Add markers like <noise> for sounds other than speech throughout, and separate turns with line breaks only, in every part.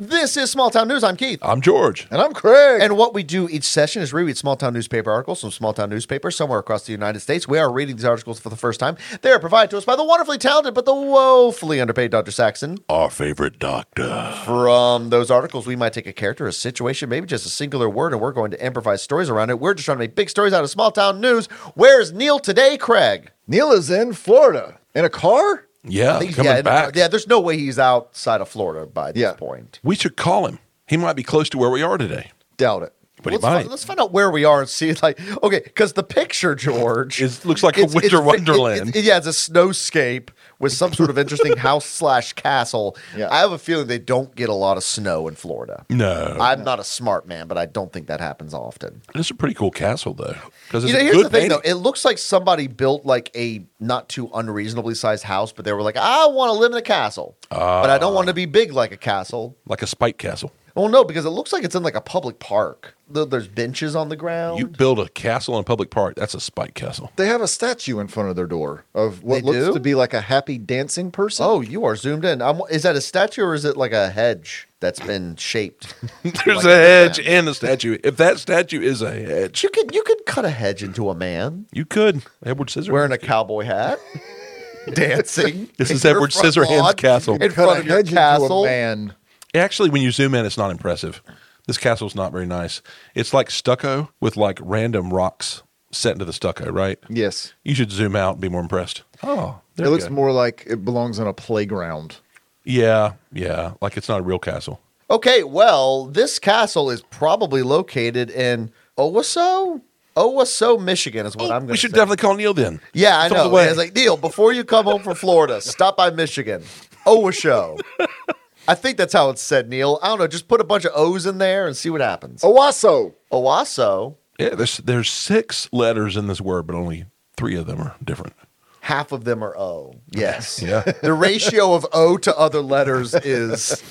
is Small Town News. I'm Keith.
I'm George.
And I'm Craig.
And what we do each session is reread small town newspaper articles from small town newspapers somewhere across the United States. We are reading these articles for the first time. They are provided to us by the wonderfully talented but the woefully underpaid Dr. Saxon.
Our favorite doctor.
From those articles, we might take a character, a situation, maybe just a singular word, and we're going to improvise stories around it. We're just trying to make big stories out of small town news. Where is Neil today, Craig?
Neil is in Florida in a car.
Yeah,
I think-
coming
yeah,
back.
yeah, there's no way he's outside of Florida by this
Yeah.
point.
We should call him. He might be close to where we are today.
Doubt it.
But
let's,
he might.
Find, let's find out where we are and see. Like, okay, because the picture, George,
<laughs> It looks like a winter
ve-
wonderland.
it- it- yeah, it's a snowscape with some sort of
<laughs>
interesting house slash castle.
Yeah.
I have a feeling they don't get a lot of snow in Florida.
no.
I'm not a smart man, but I don't think that happens often.
it's a pretty cool castle, though. Because
You
it's
know,
a
here's
good
the thing
painting.
though. It looks like somebody built like a not too unreasonably sized house, but they were like, I want to live in a castle, but I
Ah.
don't want to be big like a castle.
like a spike castle.
Well, no, because it looks like it's in like a public park. Th- There's benches on the ground.
You build a castle in a public park, that's a spike castle.
They have a statue in front of their door of what
They
looks
do?
to be like a happy dancing person.
Oh, you are zoomed in. I'm, is that a statue or is it like a hedge that's been shaped? <laughs>
There's
Like
a hedge
man.
and a statue. If that statue is a
<laughs>
hedge,
You could you could cut a hedge into a man
you could. Edward Scissorhands.
wearing a cowboy hat, <laughs> dancing. <laughs>
This is
in your
Edward
front
Scissorhands
lawn,
Castle.
in
cut
front
a
of your
hedge into
castle.
a man.
Actually, when you zoom in, it's not impressive. This castle's not very nice. It's like stucco with like random rocks set into the stucco, right?
Yes,
You should zoom out and be more impressed. Oh, there
it
we
looks
go.
more like it belongs on a playground.
Yeah, yeah. Like it's not a real castle.
Okay, well, this castle is probably located in Owasso. Owasso, Michigan is what
Oh,
I'm going to
we should definitely call Neil then.
Yeah, I
It's on
know.
the way.
It's like Neil, before you come home from Florida, stop by Michigan, Owasho. I think that's how it's said, Neil. I don't know. Just put a bunch of O's in there and see what happens.
Oh.
Owasso.
Owasso,
yeah, there's there's six letters in this word, but only three of them are different.
half of them are O. Yes.
<laughs> Yeah.
The ratio of O to other letters is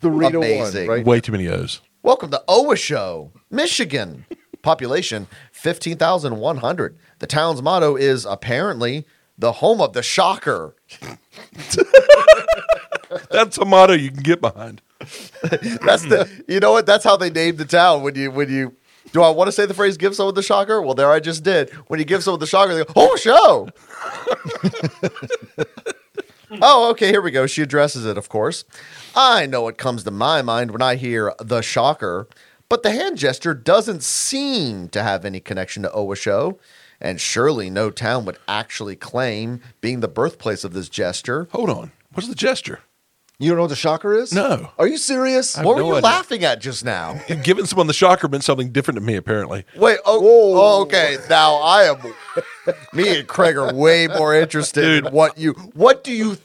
The Rita
Amazing.
one, right?
Way too many O's.
Welcome to Owasho, Michigan. Population 15,100. The town's motto is apparently the home of the shocker.
That's a motto you can get behind.
That's the
Hmm.
you know what? That's how they named the town. When you when you do I want to say the phrase give someone the shocker? Well, there I just did. When you give someone the shocker, they go, Oh
<laughs>
show. oh, okay, here we go. She addresses it, of course. I know what comes to my mind when I hear the shocker, but the hand gesture doesn't seem to have any connection to Owasho. And surely no town would actually claim being the birthplace of this gesture.
Hold on. What's the gesture?
You don't know what the shocker is?
No.
Are you serious?
I- have
What were
no
you
idea.
laughing at just now?
You've given someone the shocker meant something different to me, apparently.
Wait, oh,
Whoa.
oh, okay. Now I am. Me and Craig are way more interested in what you. What do you,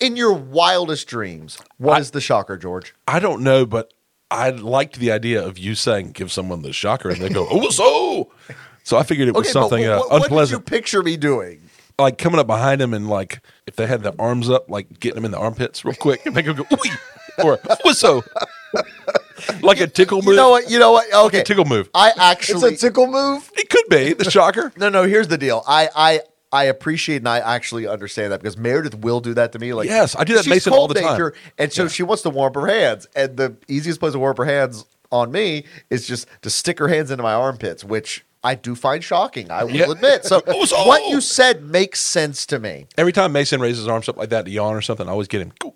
in your wildest dreams? What is the shocker, George?
I don't know, but I liked the idea of you saying give someone the shocker and they go, oh, so. So I figured it was something
but
uh,
what, what
unpleasant,
did you picture me doing?
like coming up behind him and like if they had their arms up, like getting them in the armpits real quick and make them go ooh or what's so, like a tickle move.
You know what? You know what? Okay,
a tickle move.
I
It's
actually.
a tickle move.
It could be the shocker.
no, no. Here's the deal. I, I. I appreciate and I actually understand that because Meredith will do that to me. Like,
Yes, I do that to
she's
Mason all
cold
the time.
nature, and so she wants to warm up her hands, and the easiest place to warm up her hands on me is just to stick her hands into my armpits, which I do find shocking. I will
Yeah.
admit. So
<laughs> It was all-
what you said makes sense to me.
Every time Mason raises his arms up like that to yawn or something, I always get him. "Go."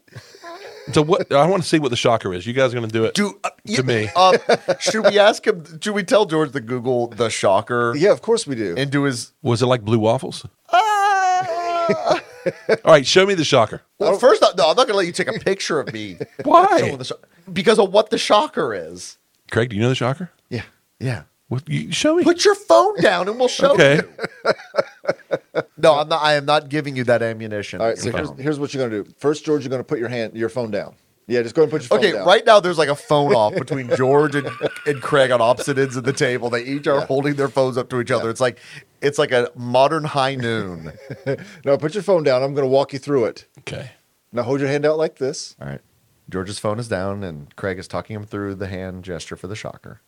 So what? I want to see what the shocker is. You guys are going to do it
Do uh,
to me.
uh, should we ask him? Should we tell George to Google the shocker
Yeah, of course we do.
and do his?
Was it like blue waffles?
Ah!
<laughs> All right, show me the shocker.
Well, first, no, I'm not going to let you take a picture of me.
<laughs> Why?
The sho- because of what the shocker is.
Craig, do you know the shocker?
yeah.
Yeah.
What, you, show me.
Put your phone down and we'll show
okay.
you. No, I'm not. I am not giving you that ammunition.
All right. So
Your
here's,
phone.
here's what you're gonna do. First, George, you're gonna put your hand, your phone down. Yeah, just go ahead and put your phone
okay,
down.
right now there's like a phone off between George and, and Craig on opposite ends of the table. They each are holding their phones up to each other. It's like it's like a modern high noon.
<laughs> No, put your phone down. I'm gonna walk you through it.
Okay.
Now hold your hand out like this.
<laughs> All right. George's phone is down and Craig is talking him through the hand gesture for the shocker.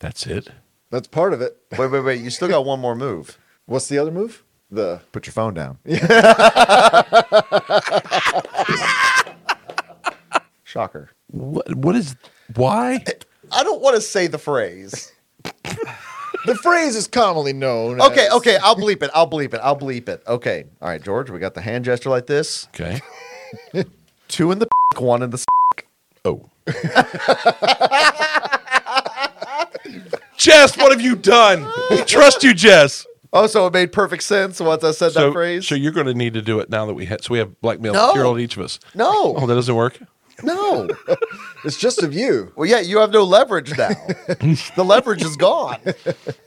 That's it.
That's part of it.
Wait, wait, wait. You still got one more move.
What's the other move? The
Put your phone down. Shocker.
What? What is? Why?
I don't want to say the phrase.
The phrase is commonly known.
Okay,
as-
okay, I'll bleep it. I'll bleep it. I'll bleep it. Okay. All right, George, we got the hand gesture like this.
Okay.
Two in the <laughs> one in the
Oh. Jess, what have you done? We trust you, Jess.
Oh, so it made perfect sense once I said that
So,
phrase.
so you're going to need to do it now that we had. So we have blackmail
No.
material on each of us. <laughs> Oh,
no,
that doesn't work.
no.
It's just of you.
Well, yeah, you have no leverage
<laughs>
now. the leverage is gone.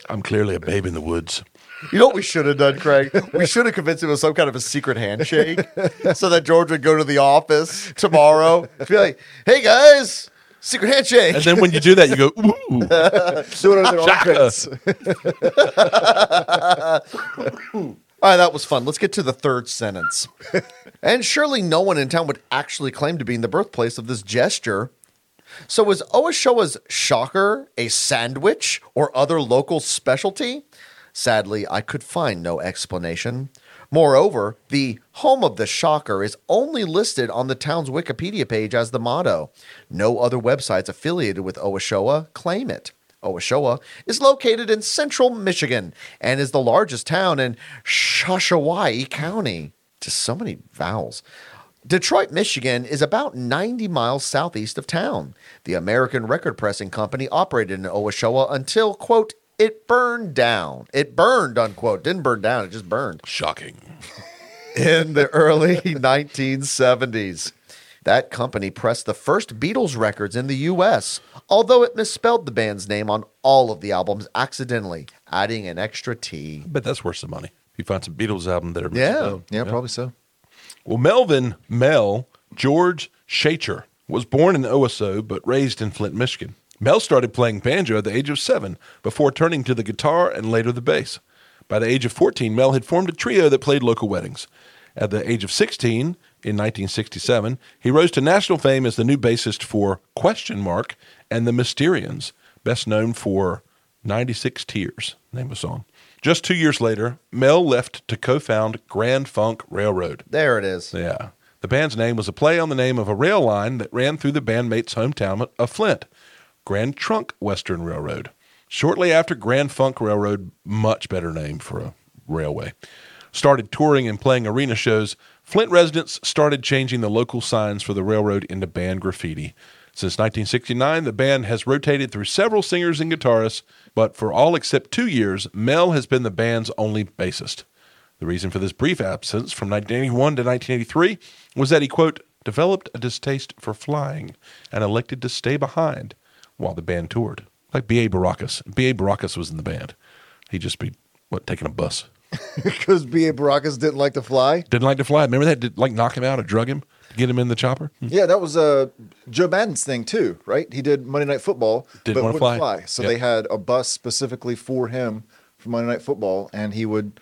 I'm clearly a babe in the woods.
You know what we should have done, Craig? We should have convinced him of some kind of a secret handshake so that George would go to the office tomorrow. Be like, hey guys, secret handshake.
And then when you do that, you go, <laughs> ooh.
Do it on
<laughs>
their armpits.
All right, that was fun. Let's get to the third sentence. and surely no one in town would actually claim to be in the birthplace of this gesture. So was Oashoa's shocker a sandwich or other local specialty? Sadly, I could find no explanation. Moreover, the home of the shocker is only listed on the town's Wikipedia page as the motto. No other websites affiliated with Oashoa claim it. Oashoa is located in central Michigan and is the largest town in Shashawai County. Just so many vowels. Detroit, Michigan is about 90 miles southeast of town. The American record pressing company operated in Owashoa until, quote, it burned down. It burned, unquote. Didn't burn down, it just burned
Shocking.
in the early <laughs> 1970s. That company pressed the first Beatles records in the US, although it misspelled the band's name on all of the albums accidentally, adding an extra T.
But that's worth some money. If you find some Beatles album that are
Yeah.
Yeah, probably so.
Well, Melvin Mel George Shacher was born in OSO but raised in Flint, Michigan. Mel started playing banjo at the age of seven before turning to the guitar and later the bass. By the age of 14, Mel had formed a trio that played local weddings. At the age of 16, in 1967, he rose to national fame as the new bassist for Question Mark and the Mysterians, best known for 96 Tears, name of a song. Just two years later, Mel left to co found Grand Funk Railroad.
There it is.
Yeah. The band's name was a play on the name of a rail line that ran through the bandmate's hometown of Flint, Grand Trunk Western Railroad. Shortly after Grand Funk Railroad, much better name for a railway, started touring and playing arena shows, Flint residents started changing the local signs for the railroad into band graffiti. Since 1969, the band has rotated through several singers and guitarists, but for all except two years, Mel has been the band's only bassist. The reason for this brief absence from 1981 to 1983 was that he, quote, developed a distaste for flying and elected to stay behind while the band toured. Like B.A. Baracus. B.A. Baracus was in the band. He'd just be, what, taking a bus.
Because B.A. Baracus didn't like to fly.
Didn't like to fly. Remember that? Did, like, knock him out or drug him? Get him in the chopper?
Yeah, that was uh, Joe Madden's thing too, right? He did Monday Night Football,
Didn't
but
wanna
wouldn't
fly.
So
Yep.
they had a bus specifically for him for Monday Night Football, and he would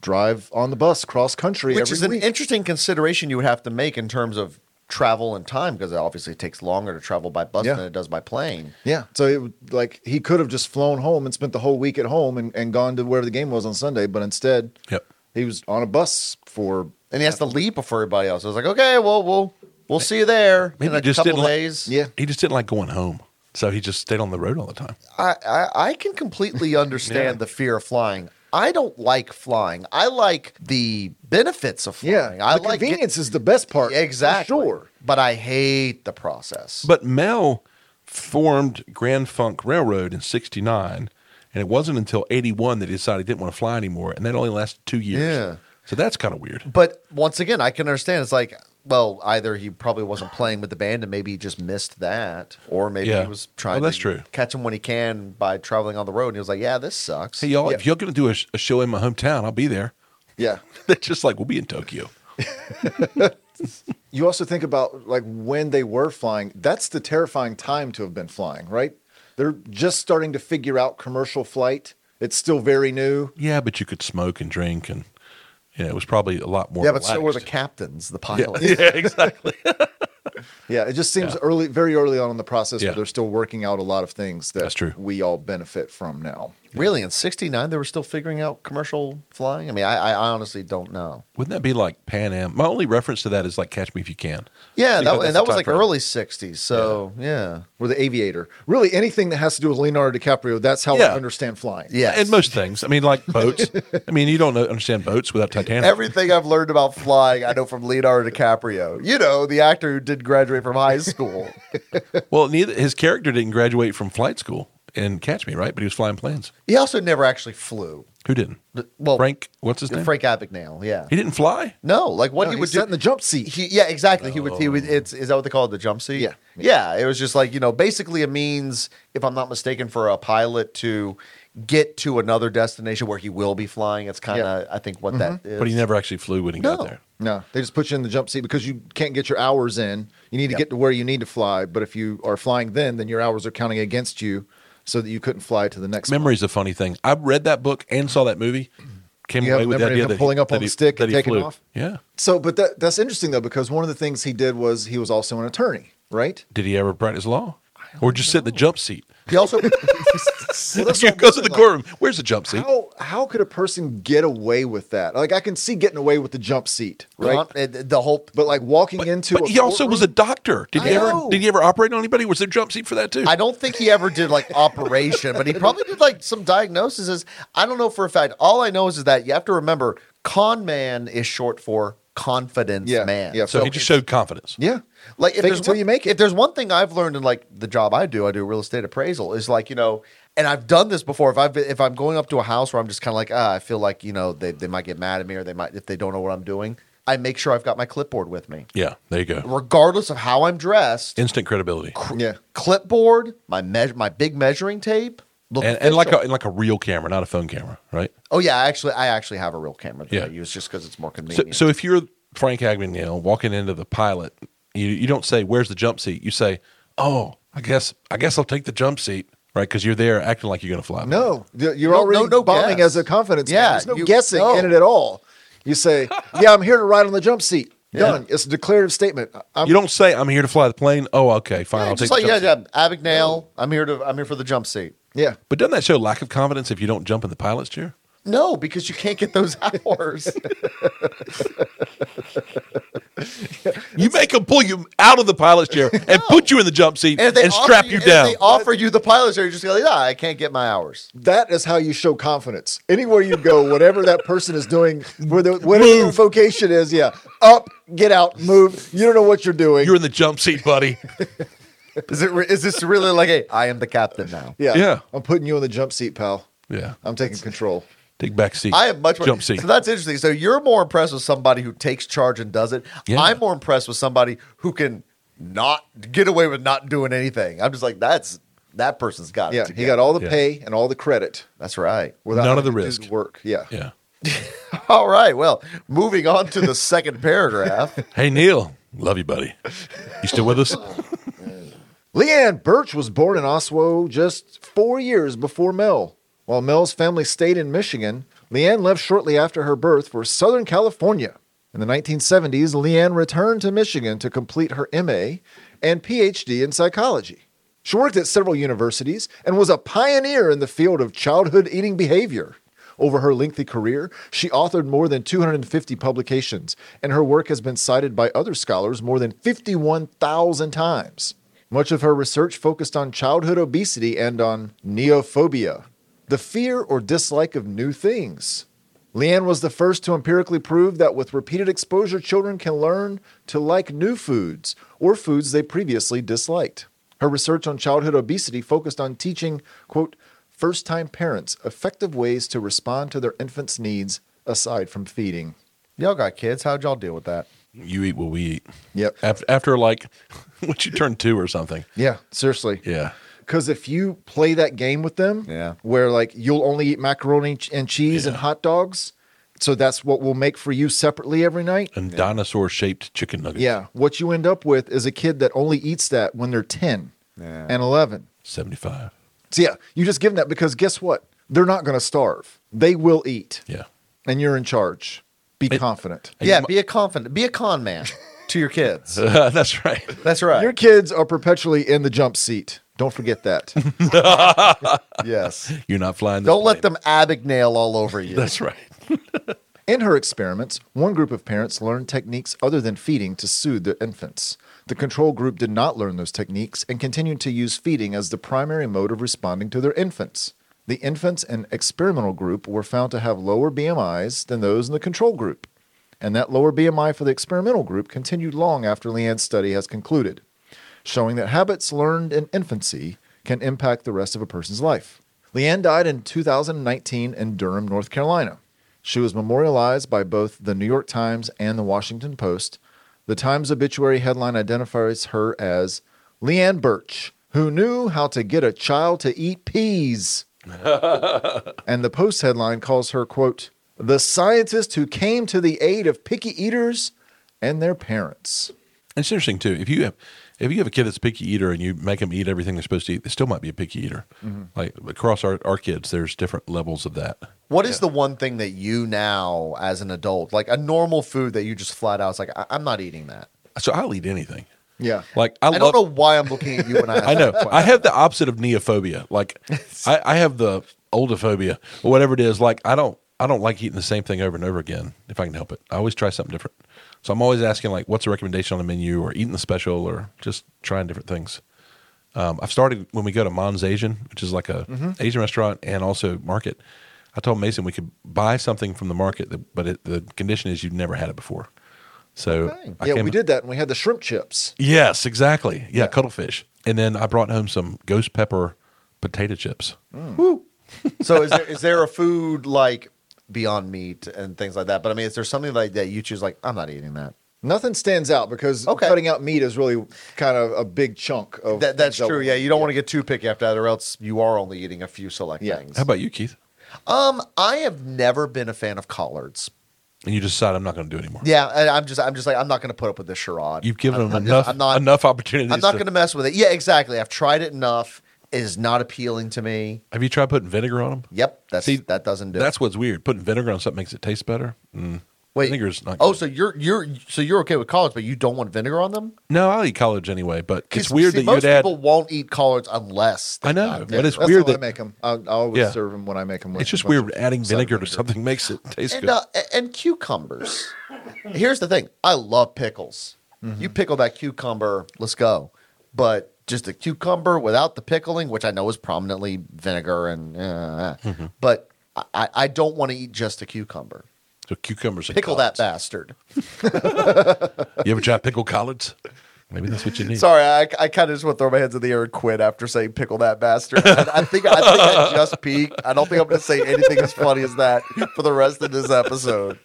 drive on the bus cross country
Which
every
is an
week.
interesting consideration you would have to make in terms of travel and time, because it obviously takes longer to travel by bus
Yeah.
than it does by plane.
yeah, so it, would- like he could have just flown home and spent the whole week at home and, and gone to wherever the game was on Sunday, but instead,
Yep.
he was on a bus for
And he has to leave before everybody else. I was like, okay, well, we'll we'll see you there
Maybe
in a
he just
couple
didn't like-
days.
yeah.
He just didn't like going home. So he just stayed on the road all the time.
I, I, I can
<laughs>
completely understand
Yeah.
the fear of flying. I don't like flying. I like the benefits of
Yeah,
flying. I
the
like
convenience is the best part.
Get, exactly.
for sure.
But I hate the process.
But Mel formed Grand Funk Railroad in '69, and it wasn't until '81 that he decided he didn't want to fly anymore, and that only lasted two years.
Yeah.
So that's kind of weird.
But once again, I can understand. It's like, well, either he probably wasn't playing with the band and maybe he just missed that, or maybe
Yeah.
he was trying
Oh, that's
to
true.
catch him when he can by traveling on the road. And he was like, yeah, this sucks.
Hey, y'all,
Yeah.
if y'all gonna do a, sh- a show in my hometown, I'll be there. <laughs>
Yeah. <laughs>
They're just like we'll be in Tokyo.
you also think about like when they were flying that's the terrifying time to have been flying right they're just starting to figure out commercial flight it's still very new
Yeah, but you could smoke and drink, and you know, it was probably a lot more.
yeah, but so were the
relaxed. <laughs>
captains, the pilots.
Yeah, yeah, exactly.
yeah it just seems early very early on in the process
Yeah.
but they're still working out a lot of things that
That's true.
we all benefit from now
Really, in '69, they were still figuring out commercial flying. I mean, I, I honestly don't know.
Wouldn't that be like Pan Am? My only reference to that is like Catch Me If You Can.
Yeah, that,
Because that's
and that
the
was
time
like
frame.
early '60s. So yeah,
Uh, Or the aviator. Really, anything that has to do with Leonardo DiCaprio, that's how
Yeah.
I understand flying.
Yes.
And most things. I mean, like
<laughs>
boats. I mean, you don't know, understand boats without Titanic.
Everything I've learned about flying, I know from Leonardo DiCaprio. You know, the actor who did graduate from high
<laughs>
school.
well, neither his character didn't graduate from flight school and Catch Me, right? But he was flying planes.
he also never actually flew.
Who didn't?
Well,
Frank. What's his name?
Frank Abagnale. Yeah.
He didn't fly.
No, like what
No,
he
he
would
sat
do
in the jump seat.
He, yeah, exactly. He would. He would.
Oh.
It's is that what they call it? The jump seat.
Yeah.
Yeah. It was just like you know, basically a means, if I'm not mistaken, for a pilot to get to another destination where he will be flying. It's kind of I think what that is.
Mm-hmm. But he never actually flew when he
No.
got there.
No, they just put you in the jump seat because you can't get your hours in. You need to get to where you need to fly. But if you are flying then, then your hours are counting against you so that you couldn't fly to the next one.
Memory's a funny thing. I read that book and saw that movie. Came
You have
away with the
memory of
idea
him
that he-
pulling up
that
on
he-
the stick
that
and
he
taking
flew.
off?
Yeah.
So, but that, that's interesting though, because one of the things he did was he was also an attorney, right?
Did he ever practice law, or just sit in the jump seat?
He
<laughs>
also
Well, that's
he
what I'm
goes to the
saying, like,
courtroom. Where's the jump seat?
How, how could a person get away with that? Like, I can see getting away with the jump seat, right?
the whole.
but like walking into
But
a
he also was a
courtroom?
doctor. Did he
I
ever?
know.
Did he ever operate on anybody? Was there a jump seat for that too?
I don't think he ever did like operation, but he probably did like some diagnoses. I don't know for a fact. All I know is, is that you have to remember, con man is short for confidence
Yeah,
man.
yeah.
so,
so
he just showed confidence.
yeah.
Like if
Fake
there's
it till
one,
you make it.
If there's one thing I've learned in like the job I do, I do real estate appraisal. Is like you know, and I've done this before. If I've been, if I'm going up to a house where I'm just kind of like ah, I feel like you know they they might get mad at me or they might if they don't know what I'm doing. I make sure I've got my clipboard with me,
Yeah, there you go.
regardless of how I'm dressed.
Instant credibility,
Yeah.
clipboard, my measure, my big measuring tape. Look,
and, and like a and like a real camera, not a phone camera, right?
oh yeah, I actually I actually have a real camera that
Yeah.
I use just because it's more
So,
convenient.
so if you're Frank Abagnale walking into the pilot, you you don't say where's the jump seat. You say, oh, I guess I guess I'll take the jump seat, right? Because you're there acting like you're going to fly.
No, you're you're
No-
already
no- no
bombing
guess.
as a confidence.
Yeah,
man. there's no
you-
guessing
no.
in it at all.
<laughs>
You say, "Yeah, I'm here to ride on the jump seat." Done. It's a declarative statement. I'm,
You don't say I'm here to fly the plane. Oh, okay, fine.
yeah,
I'll
just
take
like
the
yeah,
jump seat.
yeah, Abagnale, I'm here to I'm here for the jump seat.
yeah,
But doesn't that show lack of confidence if you don't jump in the pilot's chair?
No, because you can't get those <laughs> hours.
You make them pull you out of the pilot's
<laughs>
chair and put you in the jump seat and,
offer
strap you,
and
down.
If they offer you the pilot's chair, you're just like, ah, I can't get my hours.
that is how you show confidence. Anywhere you go, whatever that person is doing, where the, whatever your vocation is, yeah, up, get out, move. You don't know what you're doing.
You're in the jump
<laughs>
seat, buddy.
Is it? Re- is this really like a? I am the captain now.
yeah,
Yeah.
I'm putting you on the jump seat, pal.
yeah,
I'm taking control.
take back seat.
I am much more,
jump seat.
So that's interesting. So you're more impressed with somebody who takes charge and does it.
Yeah.
I'm more impressed with somebody who can not get away with not doing anything. I'm just like that's that person's got it.
Yeah, he
together.
got all the
Yeah.
pay and all the credit
That's right.
without
None of
having
the
to do
risk.
work. Yeah.
yeah.
<laughs> All right. Well, moving on to the second
<laughs>
paragraph.
Hey Neil, love you, buddy. You still with us?
Leanne Birch was born in Oswego just four years before Mel. While Mel's family stayed in Michigan, Leanne left shortly after her birth for Southern California. In the 1970s, Leanne returned to Michigan to complete her MA and PhD in psychology. She worked at several universities and was a pioneer in the field of childhood eating behavior. Over her lengthy career, she authored more than 250 publications, and her work has been cited by other scholars more than 51,000 times. Much of her research focused on childhood obesity and on neophobia, the fear or dislike of new things. Leanne was the first to empirically prove that with repeated exposure, children can learn to like new foods or foods they previously disliked. Her research on childhood obesity focused on teaching, quote, first time parents effective ways to respond to their infants' needs aside from feeding.
Y'all got kids. How'd y'all deal with that?
You eat what we eat.
Yep.
After, after like, <laughs> once you turn two or something.
Yeah, seriously.
Yeah.
Because if you play that game with them,
Yeah.
where like you'll only eat macaroni ch- and cheese and
Yeah.
hot dogs, so that's what we'll make for you separately every night.
And dinosaur shaped chicken nuggets.
Yeah, <laughs> what you end up with is a kid that only eats that when they're ten
Yeah.
and eleven.
75.
So yeah, you just give them that because guess what? They're not going to starve. They will eat,
Yeah. <laughs>
and you're in charge. Be confident.
Hey,
yeah,
you mi-
be a confident, be a con man. to your
<laughs>
kids.
that's right.
That's right.
Your kids are perpetually in the jump seat. Don't forget that.
yes.
You're not flying. This
Don't let
plane.
them abignail all over
<laughs>
you.
That's right.
In her experiments, one group of parents learned techniques other than feeding to soothe their infants. The control group did not learn those techniques and continued to use feeding as the primary mode of responding to their infants. The infants in experimental group were found to have lower BMIs than those in the control group, and that lower BMI for the experimental group continued long after Leanne's study has concluded, showing that habits learned in infancy can impact the rest of a person's life. Leanne died in 2019 in Durham, North Carolina. She was memorialized by both the New York Times and the Washington Post. The Times obituary headline identifies her as Leanne Birch, who knew how to get a child to eat peas. and the Post headline calls her, quote, the scientist who came to the aid of picky eaters and their parents.
It's interesting too. If you have if you have a kid that's a picky eater and you make them eat everything they're supposed to eat, they still might be a picky eater.
Mm-hmm.
Like across our, our kids, there's different levels of that.
What is the one thing that you now, as an adult, like a normal food that you just flat out is like, I- I'm not eating that.
So I'll eat anything.
Yeah.
Like I,
I,
love.
don't know why I'm looking at you when I.
<laughs> I know. I have the opposite of neophobia. Like I, I have the oldophobia or whatever it is. Like I don't I don't like eating the same thing over and over again if I can help it. I always try something different. So I'm always asking like what's a recommendation on the menu or eating the special or just trying different things. Um, I've started when we go to Mom's Asian, which is like a
Mm-hmm.
Asian restaurant and also market. I told Mason we could buy something from the market, that, but it, the condition is you've never had it before. So I
yeah,
came-
we did that and we had the shrimp chips.
Yes, exactly. Yeah,
Yeah.
cuttlefish. And then I brought home some ghost pepper potato chips.
so is there is there a food like Beyond Meat and things like that? But I mean, is there something like that you choose? Like, I'm not eating that.
Nothing stands out because
Okay.
cutting out meat is really kind of a big chunk of
That, that's
the-
true. Yeah, you don't want to get too picky after that, or else you are only eating a few select
Yeah.
things.
How about you, Keith?
Um, I have never been a fan of collards.
And you just decided I'm not going to do it anymore.
Yeah, and I'm just, I'm just like, I'm not going to put up with this charade.
You've given
I'm,
them
I'm
enough
Just, I'm not,
enough opportunities.
I'm not
to-
going to mess with it. Yeah, exactly. I've tried it enough. It is not appealing to me.
Have you tried putting vinegar on them?
Yep, that's
See,
that doesn't do.
That's what's weird. Putting vinegar on something makes it taste better. Mm.
Wait.
vinegar's not.
Oh,
good.
so you're you're so you're okay with collards, but you don't want vinegar on them?
no, I'll eat college anyway. But it's
'Cause,
weird
see,
that
most
you'd add.
people won't eat collards unless they
I know,
got-
but it's
that's
weird
how I
that-
make them. I, I always
Yeah.
serve them when I make them.
It's just weird adding vinegar to
vinegar.
something makes
<laughs>
it taste
and
good.
uh, a- and cucumbers. Here's the thing: I love pickles.
Mm-hmm.
You pickle that cucumber, let's go. But just a cucumber without the pickling, which I know is prominently vinegar and, uh,
Mm-hmm.
but I- I, I don't want to eat just a cucumber.
so cucumbers and
Pickle that
collards.
bastard.
You ever try pickled collards? Maybe that's
<laughs>
what you need.
Sorry, I, I kind of just want to throw my hands in the air and quit after saying pickle that bastard. I, I think I think <laughs> I just peaked. I don't think I'm going to say anything as funny as that for the rest of this episode.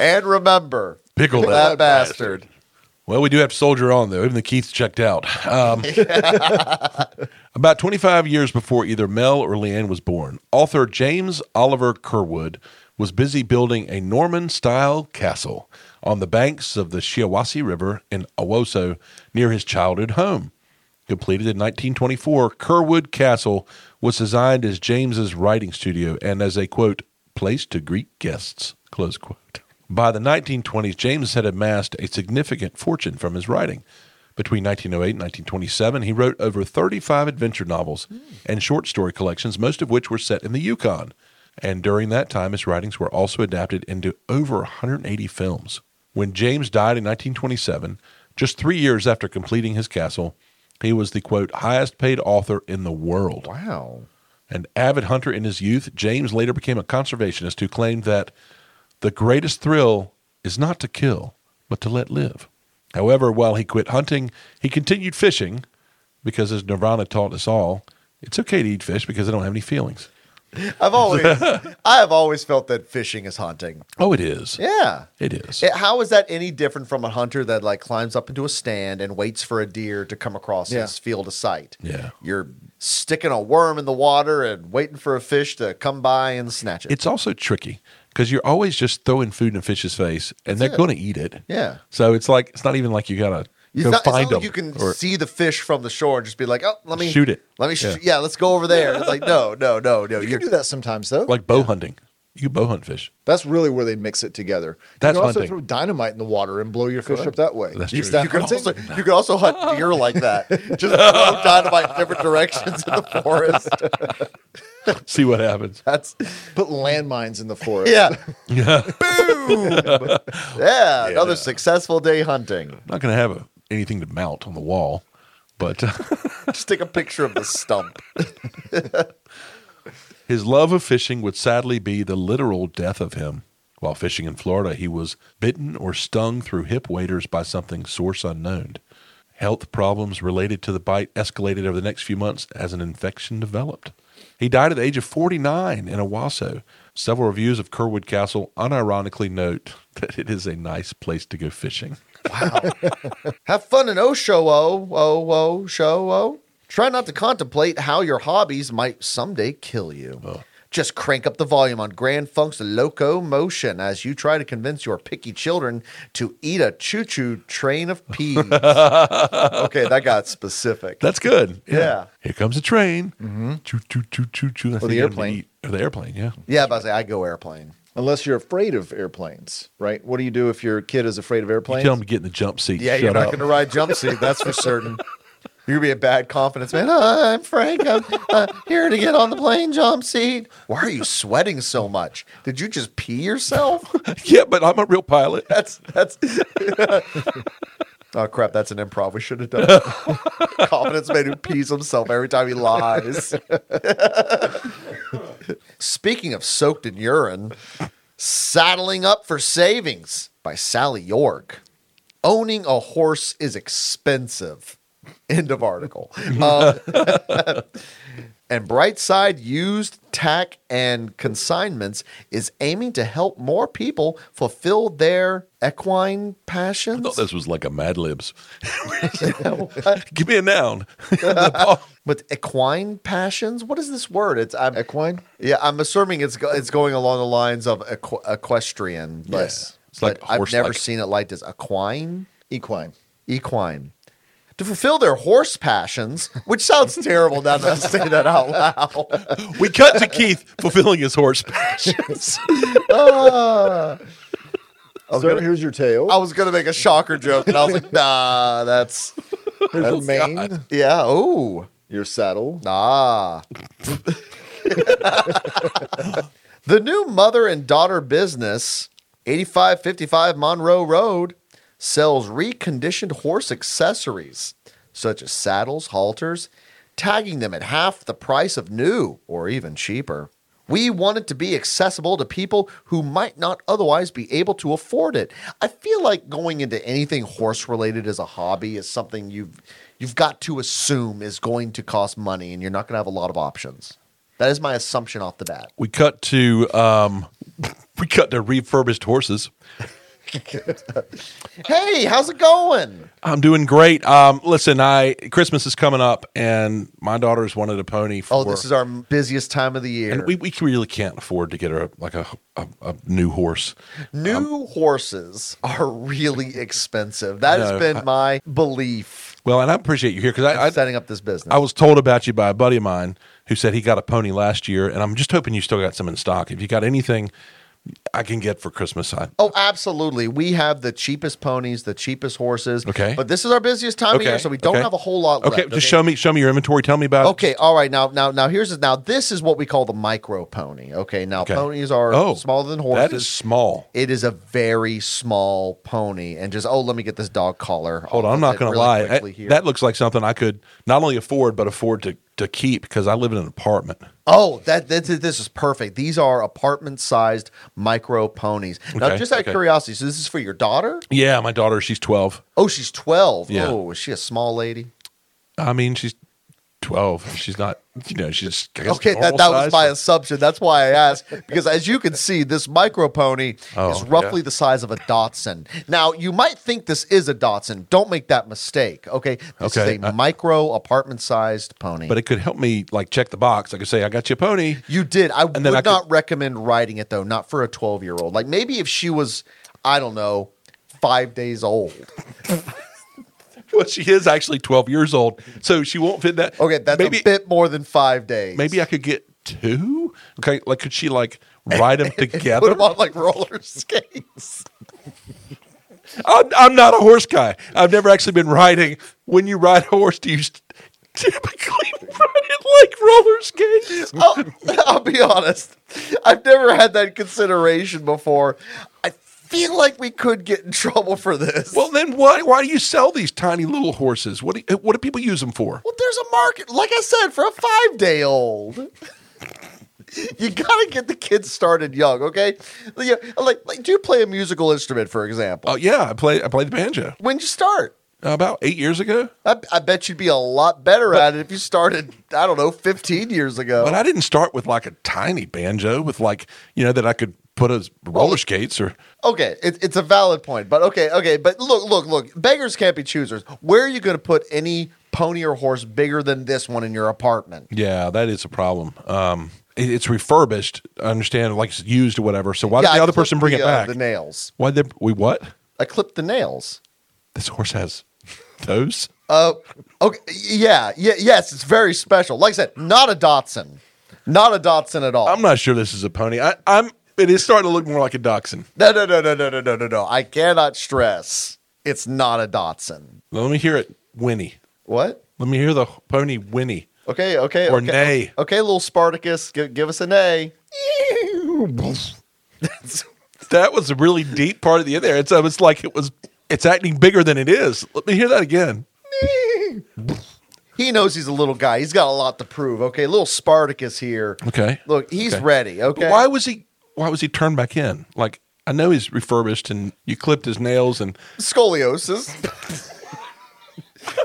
And remember,
Pickle
that,
that
bastard.
Well, we do have to soldier on though. Even the Keith's checked out. Um, about 25 years before either Mel or Leanne was born, author James Oliver Curwood was busy building a Norman-style castle on the banks of the Shiawassee River in Owosso near his childhood home. Completed in 1924, Curwood Castle was designed as James's writing studio and as a quote place to greet guests close quote. By the 1920s, James had amassed a significant fortune from his writing. Between 1908 and 1927, he wrote over 35 adventure novels and short story collections, most of which were set in the Yukon. And during that time, his writings were also adapted into over 180 films. When James died in 1927, just three years after completing his castle, he was the quote highest paid author in the world.
Wow.
An avid hunter in his youth, James later became a conservationist who claimed that the greatest thrill is not to kill, but to let live. However, while he quit hunting, he continued fishing because, as Nirvana taught us all, it's okay to eat fish because they don't have any feelings.
I've always, I have always felt that fishing is hunting.
Oh, it is.
Yeah.
It is.
It- how is that any different from a hunter that like climbs up into a stand and waits for a deer to come across
Yeah.
his field of sight?
Yeah.
You're sticking a worm in the water and waiting for a fish to come by and snatch it.
It's also tricky because you're always just throwing food in a fish's face and they're
it.
going to eat it.
yeah.
So it's like, it's not even like you got to
It's
go
not, it's not
find them.
like you can
or-
see the fish from the shore and just be like, oh, let me
Shoot it.
Let me shoot.
Yeah.
Yeah, let's go over there. It's like, no, no, no, no.
You
you're-
can do that sometimes, though.
like bow hunting. You could bow hunt fish. <laughs>
That's really where they mix it together.
That's
you
one
can also
thing.
throw dynamite in the water and blow your fish
Good.
up that way.
That's
Use
true.
that
You could
hunting.
also you could also hunt deer like
<laughs>
that. Just throw dynamite different directions in <laughs> the forest.
See what happens.
That's
put landmines in the forest.
yeah,
Yeah.
yeah. Another successful day hunting.
not going to have a, anything to mount on the wall, but uh,
Just take a picture of the
<laughs>
stump.
<laughs> his love of fishing would sadly be the literal death of him. While fishing in Florida, he was bitten or stung through hip waders by something source unknown. Health problems related to the bite escalated over the next few months as an infection developed. He died at the age of 49 in Owasso. Several reviews of Kerwood Castle unironically note <laughs> that it is a nice place to go fishing.
Have fun in Osho, oh, oh, oh, show, oh. Try not to contemplate how your hobbies might someday kill you. Just crank up the volume on Grand Funk's locomotion as you try to convince your picky children to eat a choo choo train of peas. okay, that got specific.
That's good.
Yeah.
Here comes a train. Mm-hmm. Choo, choo, choo, choo, choo. Or
airplane.
Or the airplane, yeah.
yeah, but I say I go airplane.
Unless you're afraid of airplanes, right? What do you do if your kid is afraid of
You
airplanes?
tell them to get in the jump seat.
Yeah,
Shut
you're not
up.
going to ride jump seat, that's for certain. You're gonna be a bad confidence man. "Hi, I'm Frank. I'm uh, here to get on the plane jump seat. Why are you sweating so much? Did you just pee yourself?
<laughs>
<laughs>
yeah, but I'm a real pilot.
That's that's. oh crap! That's an improv. We should have done. it. Confidence man who pees himself every time he lies. Speaking of soaked in urine, saddling up for savings by Sally York. Owning a horse is expensive. End of article. Uh, <laughs> and Brightside Used Tack and Consignments is aiming to help more people fulfill their equine
I
passions.
thought this was like a
<laughs>
Mad Libs. Give me a noun. <laughs> The ball-
With equine passions, what is this word? It's I'm,
Equine?
yeah, I'm assuming it's go, it's going along the lines of equ- equestrian. But,
Yes. It's like
but I've
horse-like.
never seen it like this. Equine,
Equine.
equine. To fulfill their horse passions, which sounds <laughs> terrible now that I say that out loud.
we cut to Keith fulfilling his horse passions.
<laughs>
So Ah. here's your tail.
I was gonna make a shocker joke, and I was like, <laughs> nah, that's
here's your mane.
yeah, oh,
Your saddle.
ah. the new mother and daughter business, 8555 Monroe Road, sells reconditioned horse accessories such as saddles, halters, tagging them at half the price of new or even cheaper. We want it to be accessible to people who might not otherwise be able to afford it. I feel like going into anything horse related as a hobby is something you've you've got to assume is going to cost money and you're not going to have a lot of options. That is my assumption off the bat.
we cut to um, we cut to refurbished horses.
<laughs> Hey, how's it going?
I'm doing great. Um, listen, I Christmas is coming up, and my daughter's wanted a pony. For,
Oh, this is our busiest time of the year.
and we, we really can't afford to get her like a a, a new horse. um,
New horses are
<laughs>
really expensive. That
No,
has been my belief
Well, and I appreciate you here because I, I
setting up this business.
I was told about you by a buddy of mine who said he got a pony last year, and I'm just hoping you still got some in stock. If you got anything I can get for Christmas, I
oh, absolutely. We have the cheapest ponies, the cheapest horses.
Okay.
But this is our busiest time of
Okay,
year, so we don't
okay.
have a whole lot
okay,
left.
just show me show me your inventory. Tell me about it.
Okay, all right. Now, now, now, here's now. This is what we call the micro pony. Okay, now
Okay.
ponies are
Oh,
smaller than horses.
That is small.
it is a very small pony, and just oh, let me get this dog collar.
Hold
off
on, I'm
of
not
it
going to
really
lie.
quickly
That,
here.
that looks like something I could not only afford but afford to to keep because I live in an apartment.
Oh, that, that this is perfect. These are apartment-sized micro ponies. Now,
Okay,
just out of
okay.
curiosity, so this is for your daughter?
Yeah, my daughter, she's 12.
Oh, she's twelve.
Yeah.
Oh, is she a small lady?
I mean, she's 12. She's not, you know, she's I guess,
Okay, that,
normal
that was
size.
my assumption. That's why I asked because, as you can see, this micro pony
Oh,
is roughly
yeah.
the size of a Datsun. Now, you might think this is a Datsun. Don't make that mistake. Okay, this
Okay,
is a
I-
micro apartment-sized pony.
But it could help me like check the box. I could say I got you a pony. <laughs>
You did. I would
then I could-
not recommend riding it though, not for a 12 year old. Like maybe if she was, I don't know, five days old.
Well, she is actually 12 years old, so she won't fit that.
Okay, that's
maybe
a bit more than five days.
maybe I could get two. Okay, like could she like
<laughs>
ride them
Put
together?
them on like roller <laughs> skates.
I'm, I'm not a horse guy. I've never actually been riding. When you ride a horse, do you st- typically <laughs> ride it like roller skates?
I'll, I'll be honest. I've never had that consideration before. I feel like we could get in trouble for this.
Well, then why why do you sell these tiny little horses? What do, what do people use them for?
Well, there's a market, like I said, for a five day old. you gotta get the kids started young, okay? Yeah, Like, like, do you play a musical instrument, for example?
Oh yeah, I play I played the banjo
When'd you start?
about eight years ago,
I, I bet you'd be a lot better at it if you started, I don't know, 15 years ago.
but I didn't start with like a tiny banjo with like you know that I could put as roller skates or
okay, it, it's a valid point, but okay, okay, but look, look, look, beggars can't be choosers. Where are you gonna put any pony or horse bigger than this one in your apartment?
Yeah, that is a problem. Um, it, it's refurbished. I understand, like it's used or whatever. So why
Yeah,
did
I
the other
clipped
person bring
the,
it
uh,
back?
The nails.
why did we what?
I clipped the nails.
This horse has <laughs> those.
Uh, okay, yeah, yeah, yes, it's very special. Like I said, not a Dotson, not a Dotson at all.
I'm not sure this is a pony. I, I'm. It is starting to look more like a dachshund.
no, no, no, no, no, no, no, no, no. I cannot stress, it's not a Dotson.
Let me hear it, Winnie.
What?
Let me hear the pony Winnie.
Okay, okay,
Or
okay,
neigh.
Okay, little Spartacus, give, give us a nay.
That was a really deep part of the end there. It's. It's like it was. It's acting bigger than it is. Let me hear that again.
He knows he's a little guy. He's got a lot to prove. Okay, little Spartacus here.
Okay.
Look, he's
Okay.
ready.
But
Okay.
why was he? Why was he turned back in? Like I know he's refurbished and you clipped his nails and <laughs>
scoliosis.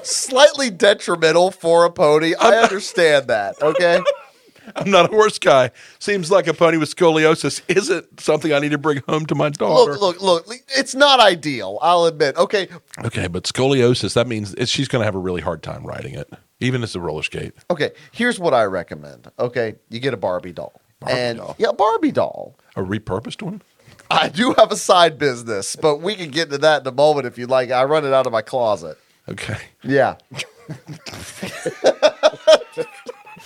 Slightly detrimental for a pony.
<laughs>
I understand that. Okay.
I'm not a horse guy. Seems like a pony with scoliosis isn't something I need to bring home to my daughter.
Look, look, look. It's not ideal. I'll admit. Okay.
Okay, but scoliosis, that means it, she's going to have a really hard time riding it, even as a roller skate.
Okay. Here's what I recommend. Okay. You get a Barbie doll.
Barbie
and
doll.
yeah, Barbie doll.
A repurposed one?
I do have a side business, but we can get into that in a moment if you'd like. I run it out of my closet. <laughs>
Okay. <laughs>
Yeah.
<laughs>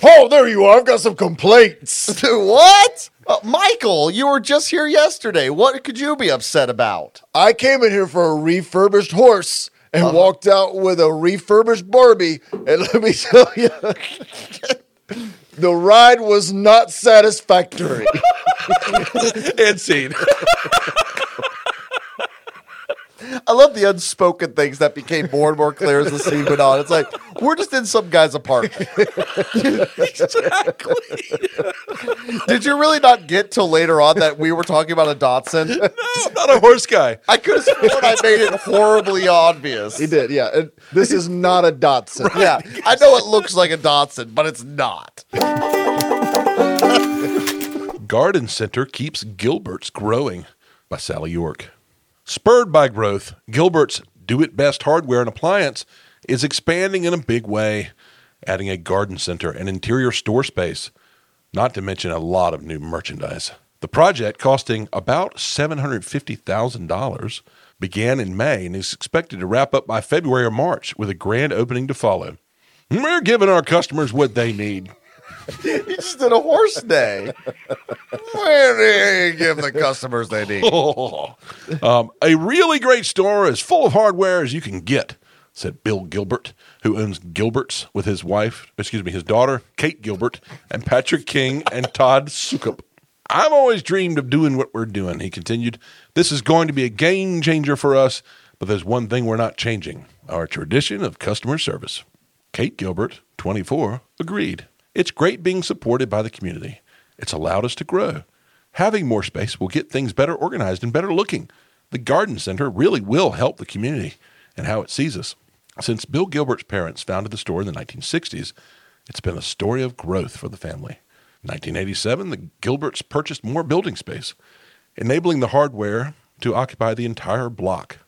Oh, there you are. I've got some complaints.
<laughs> what? Uh, Michael, you were just here yesterday. What could you be upset about?
I came in here for a refurbished horse and
Uh-huh.
walked out with a refurbished Barbie. And <laughs> let me tell you, the ride was not satisfactory.
<laughs>
And scene. <laughs>
I love the unspoken things that became more and more clear as the scene went on. It's like we're just in some guy's
<laughs>
apartment.
exactly.
Did you really not get till later on that we were talking about a Dotson?
I'm not a horse guy.
I could have sworn I made it horribly obvious.
he did, yeah. And this is not a Datsun.
Yeah, I know it looks like a Dotson, but it's not.
Garden Center Keeps Gilberts Growing by Sally York. Spurred by growth, Gilbert's Do It Best hardware and appliance is expanding in a big way, adding a garden center and interior store space, not to mention a lot of new merchandise. The project, costing about $750,000, began in May and is expected to wrap up by February or March with a grand opening to follow. We're giving our customers what they need.
He just did a horse <laughs> day. Where do you give the customers they need?
<laughs> um, a really great store as full of hardware as you can get, said Bill Gilbert, who owns Gilbert's with his wife, excuse me, his daughter, Kate Gilbert, and Patrick King and Todd Sukup. I've always dreamed of doing what we're doing, he continued. This is going to be a game changer for us, but there's one thing we're not changing our tradition of customer service. Kate Gilbert, 24, agreed. It's great being supported by the community. It's allowed us to grow. Having more space will get things better organized and better looking. The garden center really will help the community and how it sees us. Since Bill Gilbert's parents founded the store in the 1960s, it's been a story of growth for the family. In 1987, the Gilberts purchased more building space, enabling the hardware to occupy the entire block.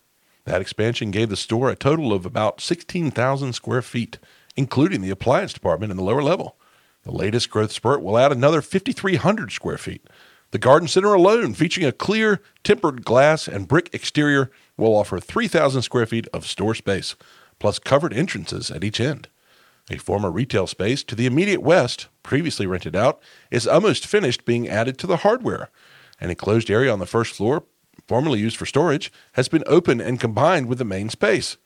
That expansion gave the store a total of about 16,000 square feet, including the appliance department in the lower level. The latest growth spurt will add another 5,300 square feet. The garden center alone, featuring a clear, tempered glass and brick exterior, will offer 3,000 square feet of store space, plus covered entrances at each end. A former retail space to the immediate west, previously rented out, is almost finished being added to the hardware. An enclosed area on the first floor, formerly used for storage, has been opened and combined with the main space.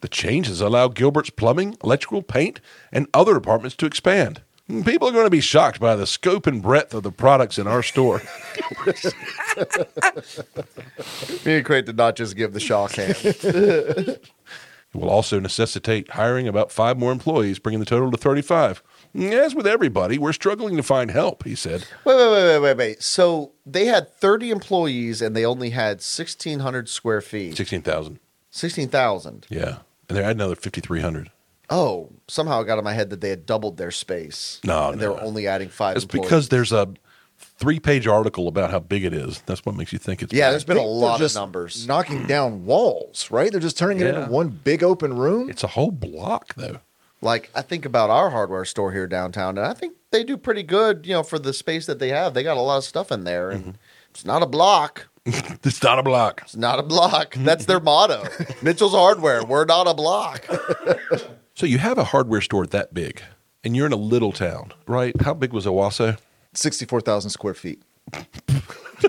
The changes allow Gilbert's plumbing, electrical, paint, and other departments to expand. People are going to be shocked by the scope and breadth of the products in our store. <laughs>
Me and Craig did not just give the shock hand.
It will also necessitate hiring about five more employees, bringing the total to 35. As with everybody, we're struggling to find help, he said.
Wait, wait, wait, wait, wait, wait. So they had 30 employees and they only had 1,600 square feet.
16,000.
16,000.
Yeah. And they're adding another 5,300.
Oh, somehow it got in my head that they had doubled their space.
No,
and
no,
they were
no.
only adding five
It's
employees.
because there's a three page article about how big it is. That's what makes you think it's.
Yeah,
big.
there's been a
They're
lot of
just
numbers.
knocking down walls, right? They're just turning it
Yeah.
into one big open room.
It's a whole block, though. <laughs>
Like I think about our hardware store here downtown, and I think they do pretty good, you know, for the space that they have. They got a lot of stuff in there,
Mm-hmm.
and it's not a block.
It's not a block.
It's not a
<laughs>
block. That's their motto. Mitchell's Hardware. We're not a block.
So you have a hardware store that big, and you're in a little town, right? How big was Owasso?
64,000 square feet.
<laughs>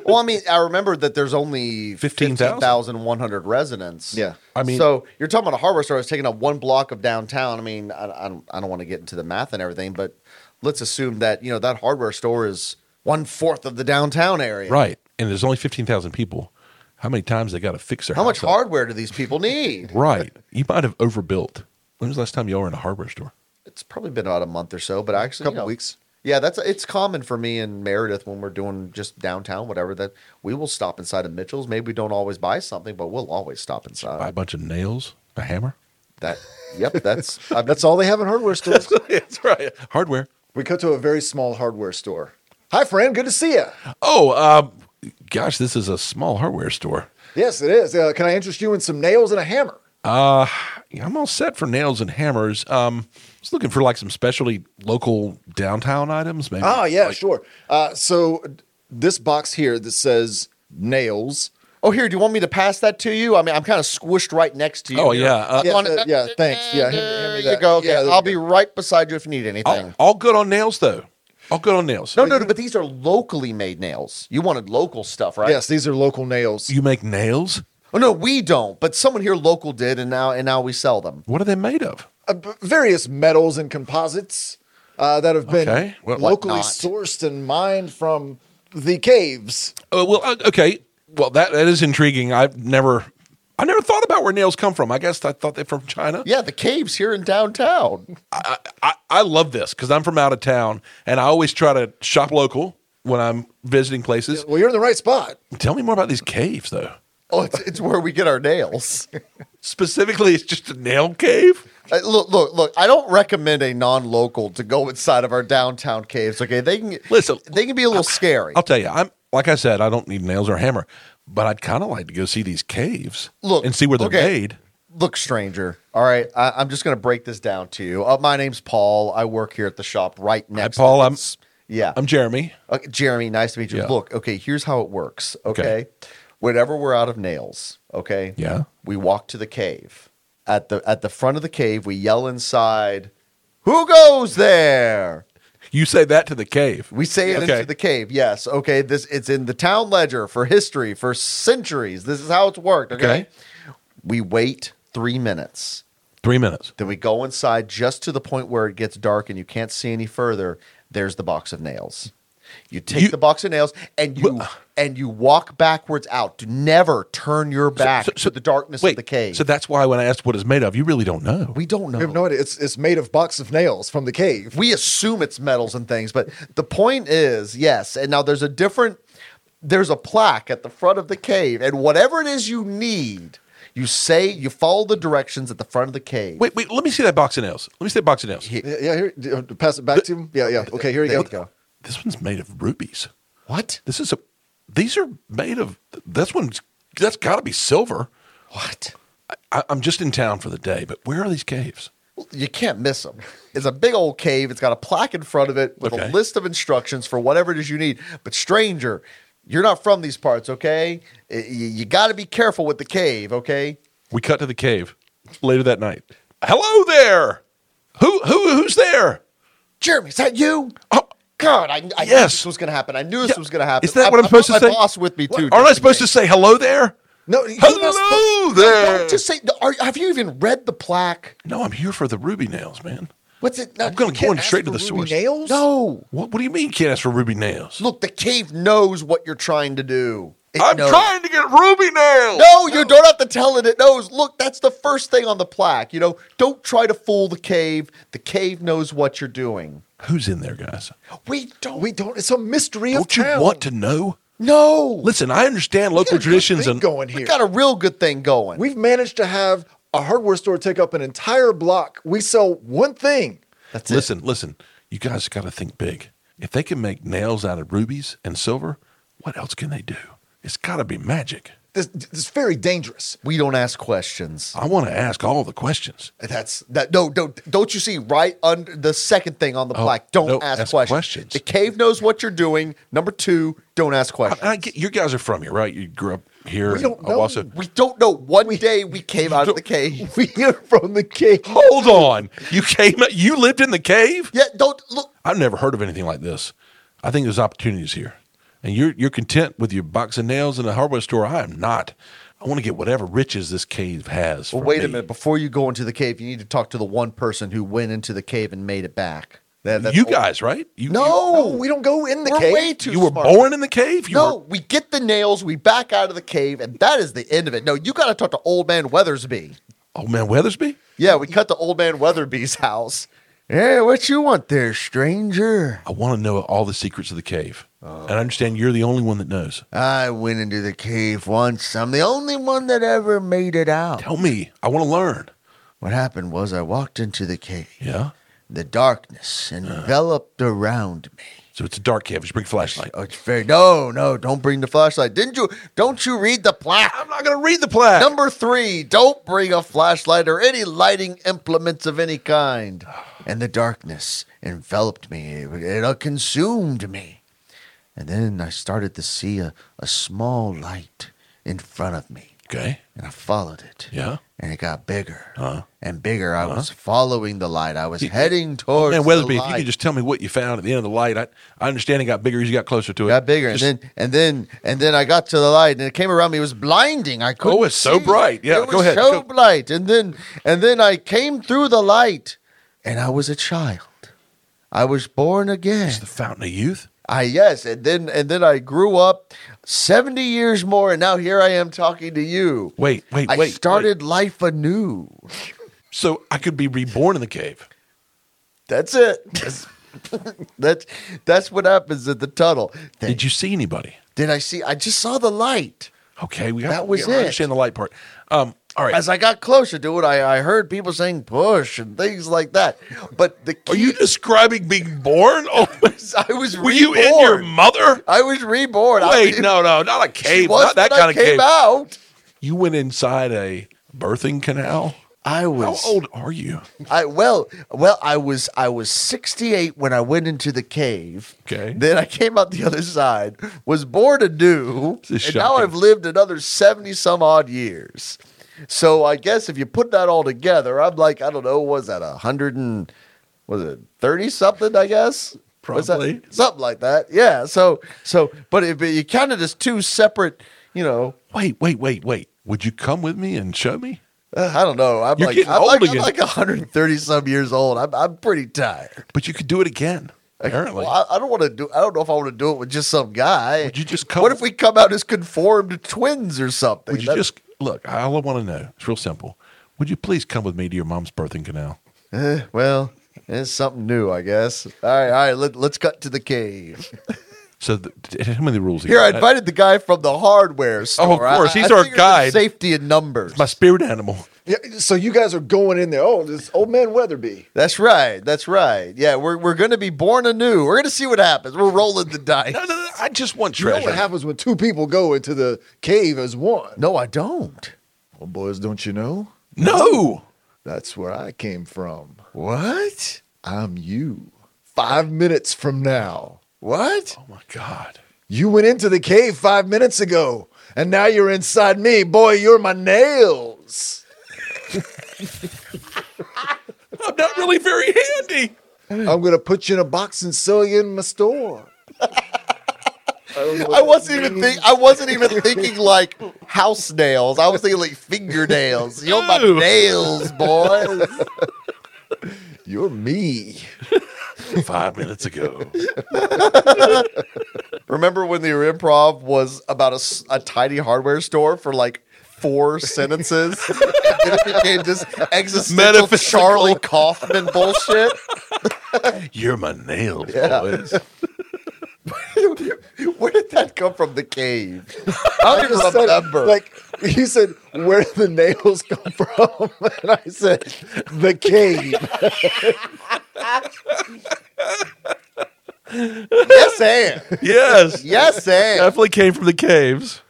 well, I mean, I remember that there's only
15,000.
15,100 residents.
Yeah.
I mean-
so you're talking about a hardware store that's taking up one block of downtown. I mean, I, I don't, I don't want to get into the math and everything, but let's assume that, you know, that hardware store is one fourth of the downtown area.
Right. And there's only 15,000 people. How many times they got to fix their
How much
house up?
hardware do these people
<laughs>
need?
Right. You might have overbuilt. When was the last time y'all were in a hardware store?
It's probably been about a month or so, but actually, you
Couple
know,
weeks.
Yeah, that's it's common for me and Meredith when we're doing just downtown, whatever. That we will stop inside of Mitchell's. Maybe we don't always buy something, but we'll always stop
Buy a
inside.
bunch of nails, a
<laughs>
hammer.
<laughs>
That, yep, that's I've
That's all they have in hardware stores.
That's right. Hardware.
<laughs> we go to a very small hardware store. Hi, friend. Good to see you.
Oh, um, gosh, this is a small hardware store.
Yes, it is. Uh, can I interest you in some nails and a hammer?
Uh, yeah, I'm all set for nails and hammers. Um, just looking for like some specialty local downtown items, maybe.
Ah, yeah,
Like-
sure. Uh, so this box here that says nails.
Oh, here, do you want me to pass that to you? I mean, I'm kind of squished right next to you.
Oh,
here.
yeah. Uh,
Yeah,
On it-
uh, yeah, thanks. Yeah, hand me- hand
There
me
you
that.
go. Okay.
Yeah, there you
I'll
go. Oh.
be right beside you if you need anything.
all, all good on nails, though. All good on nails.
no, no, no, but these are locally made nails. You wanted local stuff, right?
Yes, these are local nails.
You make nails?
Oh no, we don't. But someone here local did, and now and now we sell them.
What are they made of?
uh, b- various metals and composites uh, that have been
Okay, well,
locally
whatnot.
sourced and mined from the caves.
Oh well, uh, okay. Well, that that is intriguing. I've never, I never thought about where nails come from. I guess I thought they from China.
Yeah, the caves here in downtown.
I, I, I love this because I'm from out of town, and I always try to shop local when I'm visiting places.
Well, you're in the right spot.
Tell me more about these caves, though.
Oh, it's, it's where we get our nails. <laughs>
Specifically, it's just a nail cave.
Uh, look, look, look! I don't recommend a non-local to go inside of our downtown caves. Okay, they can
Listen, Uh,
They can be a little scary.
I'll tell you. I'm like I said, I don't need nails or a hammer, but I'd kind of like to go see these caves.
Look,
and see where they're
okay.
made.
Look, stranger. All right, I, I'm just going to break this down to you. Uh, my name's Paul. I work here at the shop right next.
Paul,
to
I'm-
this- yeah.
I'm Jeremy.
Okay, Jeremy, nice to meet you.
Yeah.
Look, okay, here's how it works. Okay?
Okay.
whenever we're out of nails, okay,
Yeah.
we walk to the cave. At the at the front of the cave, we yell inside, "Who goes there?"
You say that to the cave.
We say it
Okay.
into the cave. Yes. Okay. This it's in the town ledger for history for centuries. This is how it's worked. Okay.
Okay.
We wait three minutes.
Three minutes.
Then we go inside just to the point where it gets dark and you can't see any further. There's the box of nails. You take
You-
the box of nails and you and you walk backwards out. Do never turn your back
so- so-
to the darkness
Wait.
of the cave.
So that's why when I asked what it's made of, you really don't know.
we don't know.
You have no idea. It's it's made of box of nails from the cave.
we assume it's metals and things, but the point is, yes. And now there's a different, there's a plaque at the front of the cave, and whatever it is you need, you say you follow the directions at the front of the cave.
Wait, wait. Let me see that box of nails. Let me see that box of nails.
Yeah, yeah, here, d- uh, pass it back to him. Yeah, yeah. Okay, here you
There
go.
you go.
This one's made of rubies.
What?
This is a. These are made of. This one's. That's got to be silver.
What?
I, I'm just in town for the day, but where are these caves?
You can't miss them. It's a big old cave. It's got a plaque in front of it with a
Okay.
list of instructions for whatever it is you need. But stranger, you're not from these parts, okay? Y- y- You got to be careful with the cave, okay?
We cut to the cave later that night. Hello there. Who who who's there?
Jeremy, is that you?
Oh,
God, I, I knew
Yes.
this was going to happen. I knew this was going to happen.
Is that
I-
what I'm
I
supposed
brought
to
my
say?
boss with me too.
Aren't I supposed to say hello there?
No, you must-
Hello there.
Don't just say. Are, have you even read the plaque?
No, I'm here for the ruby nails, man.
What's it?
I'm going
you
to
can't
go
ask
straight to
for
the
ruby
source.
Nails?
No.
What, what do you mean? Can't ask for ruby nails?
Look, the cave knows what you're trying to do. It
I'm
knows.
trying to get ruby nails.
No, you don't have to tell it. It knows. Look, that's the first thing on the plaque. You know, don't try to fool the cave. The cave knows what you're doing.
Who's in there, guys?
We don't.
We don't. It's a mystery of
Don't you
town.
want to know?
No.
Listen, I understand local
Got a good
traditions
thing
and
going
We
here.
got a real good thing going.
We've managed to have a hardware store take up an entire block. We sell one thing.
that's it.
listen, listen. You guys got to think big. If they can make nails out of rubies and silver, what else can they do? It's got to be magic.
This, this is very dangerous.
We don't ask questions. Uh,
I want to ask all the questions.
That's that. No, don't don't you see right under the second thing on the plaque? Don't
no,
ask,
ask
questions.
questions.
The cave knows what you're doing. Number two, don't ask
I,
questions.
I get you guys are from here, right? You grew up here.
We don't
in
know.
Owasso.
we don't know. One day we came out of the cave. Oh,
We are from the cave.
Hold on. You came. You lived in the cave.
Yeah, don't look.
I've never heard of anything like this. I think there's opportunities here. And you're you're content with your box of nails in a hardware store. I am not. I want to get whatever riches this cave has.
Well,
for
wait a
me.
minute. Before you go into the cave, you need to talk to the one person who went into the cave and made it back. That- that's
you
all-
guys, right? You,
No,
No, we don't go in the
We're
cave.
way
you,
too
you were
smart.
born in the cave. You
no,
were-
we get the nails, we back out of the cave, and that is the end of it. No, you got to talk to Old Man Weathersby.
oh man, Weathersby.
Yeah, we cut to Old Man Weatherby's house. Hey, what you want there, stranger?
I want to know all the secrets of the cave,
Uh-huh.
and I understand you're the only one that knows.
I went into the cave once. I'm the only one that ever made it out.
Tell me. I want to learn.
What happened was I walked into the cave.
Yeah.
The darkness enveloped around me.
So it's a dark cave. Just bring a flashlight.
Oh, it's very no, no. Don't bring the flashlight. Didn't you? Don't you read the plaque?
I'm not going to read the plaque.
Number three, don't bring a flashlight or any lighting implements of any kind. And the darkness enveloped me, it, it consumed me. And then I started to see a, a small light in front of me,
Okay.
and I followed it.
Yeah.
And it got bigger
Uh-huh.
and bigger. I was following the light, I was heading towards
Man,
the
Weatherby, if
light.
you could just tell me what you found at the end of the light, I, I understand it got bigger as you got closer to it.
got bigger,
Just-
and then and then and then I got to the light, and it came around me. It was blinding. I couldn't.
Oh, it's so
see.
bright. Yeah,
it
go
was
ahead.
So
Go-
bright, and then and then I came through the light, and I was a child. I was born again.
It's the fountain of youth.
I yes, and then and then I grew up seventy years more, and now here I am talking to you.
Wait, wait,
I
wait. wait.
started life anew.
So I could be reborn in the cave.
That's it. That's <laughs> that's, that's what happens at the tunnel.
Did you see anybody?
Did I see? I just saw the light.
Okay, we got
That was
we gotta
it.
understand the light part. Um, all right.
As I got closer to it, I, I heard people saying push and things like that. But the key
Are you describing being born? Oh, my-
is I was
were
<laughs> reborn.
you in your mother?
I was reborn. I,
Wait, no, no, not a
She
cave.
was
Not that
when I
kind of
came
cave.
out.
You went inside a birthing canal.
I
How
was
old are you?
I well well I was I was 68 when I went into the cave.
Okay.
Then I came out the other side, was born anew, and
This is
now
shocking.
I've lived another 70 some odd years. So I guess if you put that all together, I'm like I don't know, was that a hundred and was it 30 something? I guess. Was that-
Probably.
something like that. Yeah. So so but it, but you counted as two separate. You know,
Wait, wait, wait, wait. Would you come with me and show me?
uh, I don't know. I'm
You're
like
getting
I'm
old
like, I'm
again.
like 130 some years old. I'm I'm pretty tired.
But you could do it again. Apparently.
Well, I, I don't want to do. I don't know if I want to do it with just some guy.
Would you just come-
What if we come out as conformed twins or something?
Would you
That-
just look? All I want to know. It's real simple. Would you please come with me to your mom's birthing canal?
Eh, well, it's something new, I guess. All right, all right. Let, let's cut to the cave.
So the, tell me the rules Uh,
Here, I
again.
invited the guy from the hardware store. I-
Oh, course,
I- I
he's our
figured there's
guide.
Safety in numbers.
my spirit animal.
Yeah, so you guys are going in there. Oh, this old man Weatherby.
That's right. That's right. Yeah, we're we're going to be born anew. We're going to see what happens. We're rolling the
<laughs>
dice.
No, no, no, I just want
You know
treasure.
what happens when two people go into the cave as one?
No, I don't.
Well, boys, don't you know?
no.
That's where I came from.
What?
I'm you. Five minutes from now.
What?
Oh my God.
You went into the cave five minutes ago, and now you're inside me. Boy, you're my nails.
I'm not really very handy.
I'm going to put you in a box and sell you in my store.
I wasn't even think. I wasn't
<laughs>
even thinking like house nails. I was thinking like fingernails. You're my
Ew.
nails, boys.
<laughs> You're me.
Five minutes ago.
Remember when the improv was about a, s- a tiny hardware store for like four sentences? and then it became just existential
Metaphysical.
Charlie Kaufman bullshit.
You're my nails, boys.
Where did that come from? The cave. I don't
just
even
said,
remember.
like he said, where did the nails come from? And I said, the cave. <laughs>
yes, and
<laughs> Yes.
yes, and
Definitely came from the caves.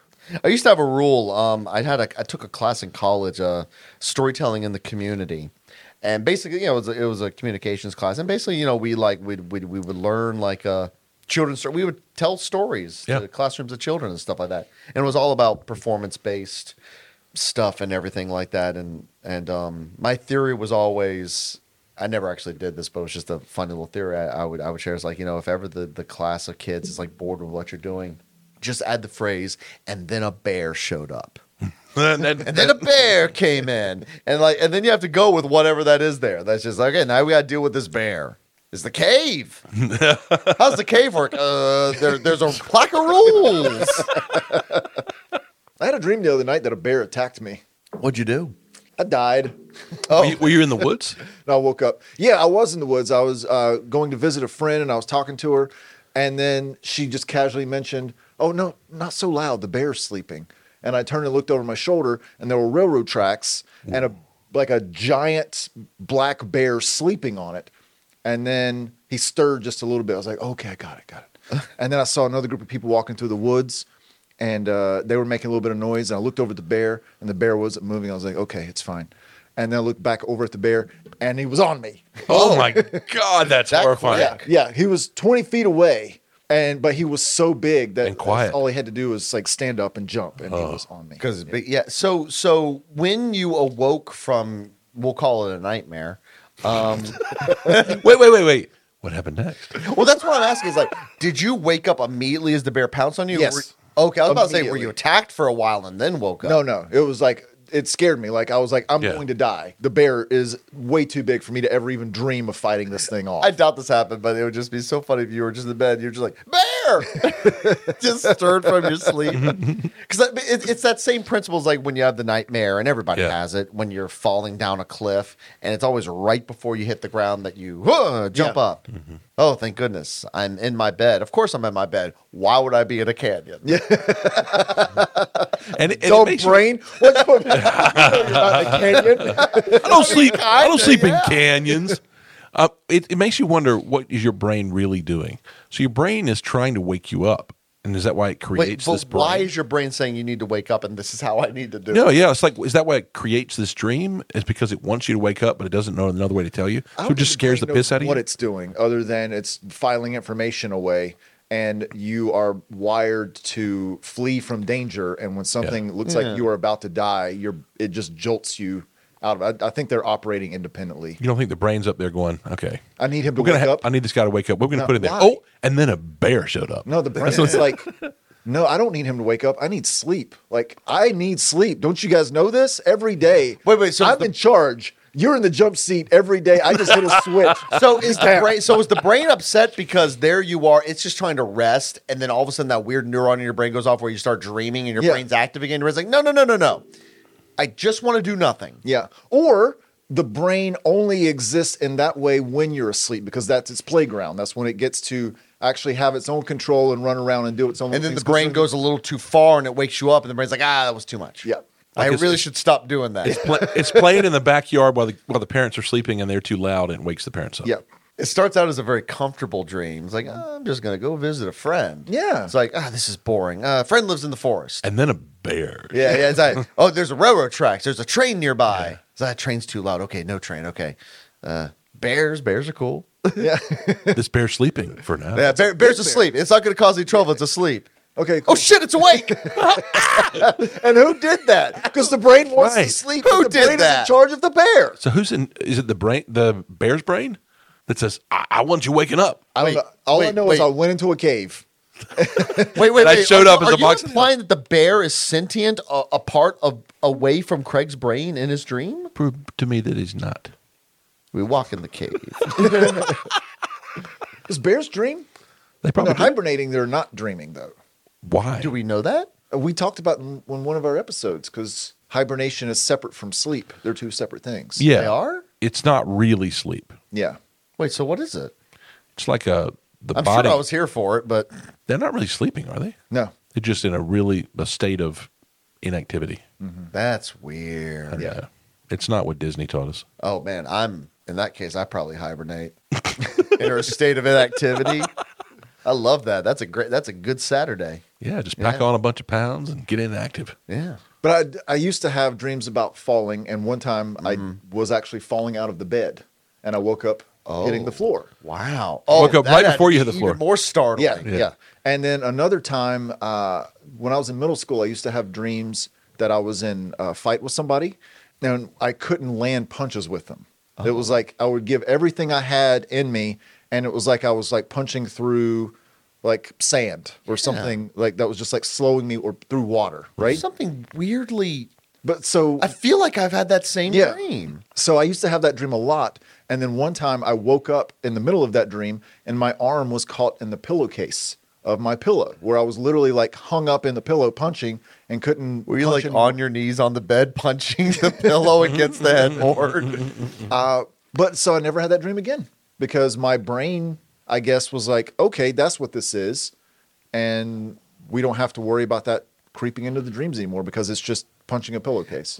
I used to have a rule. Um, I had a, I took a class in college, uh, storytelling in the community, and basically, you know, it was a, it was a communications class, and basically, you know, we like we'd, we'd we would learn like uh, children's story. We would tell stories
Yeah.
to classrooms of children and stuff like that, and it was all about performance based stuff and everything like that. And and um, my theory was always. I never actually did this, but it was just a funny little theory I, I would I would share. Is like you know, if ever the, the class of kids is like bored with what you're doing, just add the phrase and then a bear showed up
And that-
and then a bear came in and like and then you have to go with whatever that is there that's just like okay now we gotta deal with this bear is the cave how's the cave work uh there, there's a clock of rules
I had a dream the other night that a bear attacked me.
what'd you do
I died.
were, you, were you in the woods?
And I woke up. Yeah, I was in the woods. I was uh, going to visit a friend and I was talking to her. And then she just casually mentioned, Oh, no, not so loud. The bear's sleeping. And I turned and looked over my shoulder and there were railroad tracks and a like a giant black bear sleeping on it. And then he stirred just a little bit. I was like, Okay, I got it, got
<laughs>
it. and then I saw another group of people walking through the woods and uh, they were making a little bit of noise. And I looked over at the bear, and the bear wasn't moving. I was like, okay, it's fine. And then I looked back over at the bear, and he was on me.
<laughs> Oh my God, that's
That
horrifying.
Yeah, yeah, he was 20 feet away, and but he was so big that
And quiet. Uh,
all he had to do was like stand up and jump, and he was on me.
because yeah so so when you awoke from we'll call it a nightmare um
Wait, wait, wait, wait. What happened next?
well that's what i'm asking is like did you wake up immediately as the bear pounced on you
Yes.
Were- okay i was about to say were
Immediately.
you attacked for a while and then woke up
No, no, it was like it scared me. Like I was like, I'm
Yeah.
going to die. The bear is way too big for me to ever even dream of fighting this thing off.
I doubt this happened, but it would just be so funny if you were just in bed. You're just like bear, <laughs> just stirred from your
<laughs>
sleep. Because it, it's that same principle as like when you have the nightmare, and everybody
Yeah.
has it when you're falling down a cliff, and it's always right before you hit the ground that you "Whoa," jump
Yeah.
up.
Mm-hmm.
Oh, thank goodness, I'm in my bed. Of course, I'm in my bed. Why would I be in a canyon?
And, it- and it
Dumb
makes you-
Oh, brain. What's going
<laughs>
on? You're not in a canyon.
I don't
<laughs>
sleep. I don't sleep in canyons. Uh, it, it makes you wonder what is your brain really doing. So your brain is trying to wake you up, and is that why it
Wait,
creates
but
this brain?
why is your brain saying you need to wake up, and this is how I need to do?
no,
it?
yeah, it's like is that why it creates this dream? It's because it wants you to wake up, but it doesn't know another way to tell you.
I
So
don't
it just
think brain
scares the
knows
piss out of you.
What it's doing, other than it's filing information away, and you are wired to flee from danger. And when something looks
Yeah.
like you are about to die, you're it just jolts you out of. I, I think they're operating independently.
you don't think the brain's up there going, okay,
I need him to
we're gonna.
wake
Ha-
up.
I need this guy to wake up. We're gonna
No,
put him there.
why?
Oh, and then a bear showed up.
no, the brain is like, no, I don't need him to wake up. I need sleep. Like I need sleep. Don't you guys know this? Every day.
Wait, wait, so
I'm
the-
in charge. You're in the jump seat every day. I just
<laughs>
hit a switch.
So is the brain? So is the brain upset because there you are? It's just trying to rest, and then all of a sudden that weird neuron in your brain goes off where you start dreaming and your
Yeah.
brain's active again. It's like, no, no, no, no, no. I just want to do nothing.
Yeah. Or the brain only exists in that way when you're asleep because that's its playground. That's when it gets to actually have its own control and run around and do its own
And then the
things.
brain goes a little too far, and it wakes you up, and the brain's like, ah, that was too much.
Yeah.
I
Like it's-
really should stop doing that.
Pla- it's playing in the backyard while the while the parents are sleeping, and they're too loud, and it wakes the parents up.
Yeah.
It starts out as a very comfortable dream. It's like, "Ah, I'm just going to go visit a friend.
Yeah.
It's like, ah, this is boring. Uh, a friend lives in the forest.
and then a bear.
Yeah, yeah. It's like, oh, there's a railroad tracks. There's a train nearby. It's like, that train's too loud. Okay, no train. Okay. Uh, bears, bears are <laughs> cool.
<laughs> Yeah.
this bear's sleeping for now.
Yeah, bear, bear's asleep. It's not going to cause any trouble. It's asleep. <laughs>
Okay.
Oh
Cool.
shit, it's awake.
and who did that? Because the brain wants
Right.
to sleep.
Who
but the
did
brain is
that?
in charge of the bear.
So who's in? Is it the brain, the bear's brain, that says, "I, I want you waking up"?
I don't
Wait,
know. All I
wait,
know is
wait.
I went into a cave.
wait, wait,
And I
wait.
showed
are,
up as
are
a
you
box-
implying that the bear is sentient, a, a part of away from Craig's brain in his dream?
Prove to me that he's not.
We walk in the cave.
Is bears dream?
They
When
probably
they're hibernating, they're not dreaming though.
why?
<laughs> Do we know that?
Uh, We talked about in in one of our episodes because hibernation is separate from sleep. They're two separate things.
yeah,
They are?
It's not really sleep.
Yeah.
Wait, so what is it?
It's like a the
I'm
body.
sure I was here for it, but
They're not really sleeping, are they?
No.
They're just in a really a state of inactivity.
that's weird.
Yeah.
Uh, it's not what Disney taught us.
Oh man, I'm in that case. I probably
<laughs>
hibernate in a state of inactivity. I love that. That's a great. That's a good Saturday.
Yeah, just pack
Yeah.
on a bunch of pounds and get inactive.
Yeah.
But I, I used to have dreams about falling, and one time I was actually falling out of the bed, and I woke up hitting the
Oh.
floor. Oh,
Wow.
Woke up
Oh, that
right
had
before you hit the
even
floor.
More startling.
Yeah,
Yeah.
yeah, And then another time, uh, when I was in middle school, I used to have dreams that I was in a fight with somebody, and I couldn't land punches with them. It was like I would give everything I had in me, and it was like I was like punching through like sand or something like that was just like slowing me or through water, right?
Something weirdly.
But so
I feel like I've had that same
Yeah.
dream.
So I used to have that dream a lot. And then one time I woke up in the middle of that dream and my arm was caught in the pillowcase of my pillow where I was literally like hung up in the pillow punching and couldn't.
Were you
punch
like on your knees on the bed, <laughs> punching the pillow against the headboard?
<laughs> Uh, but so I never had that dream again because my brain, I guess, was like, okay, that's what this is. And we don't have to worry about that creeping into the dreams anymore because it's just punching a pillowcase.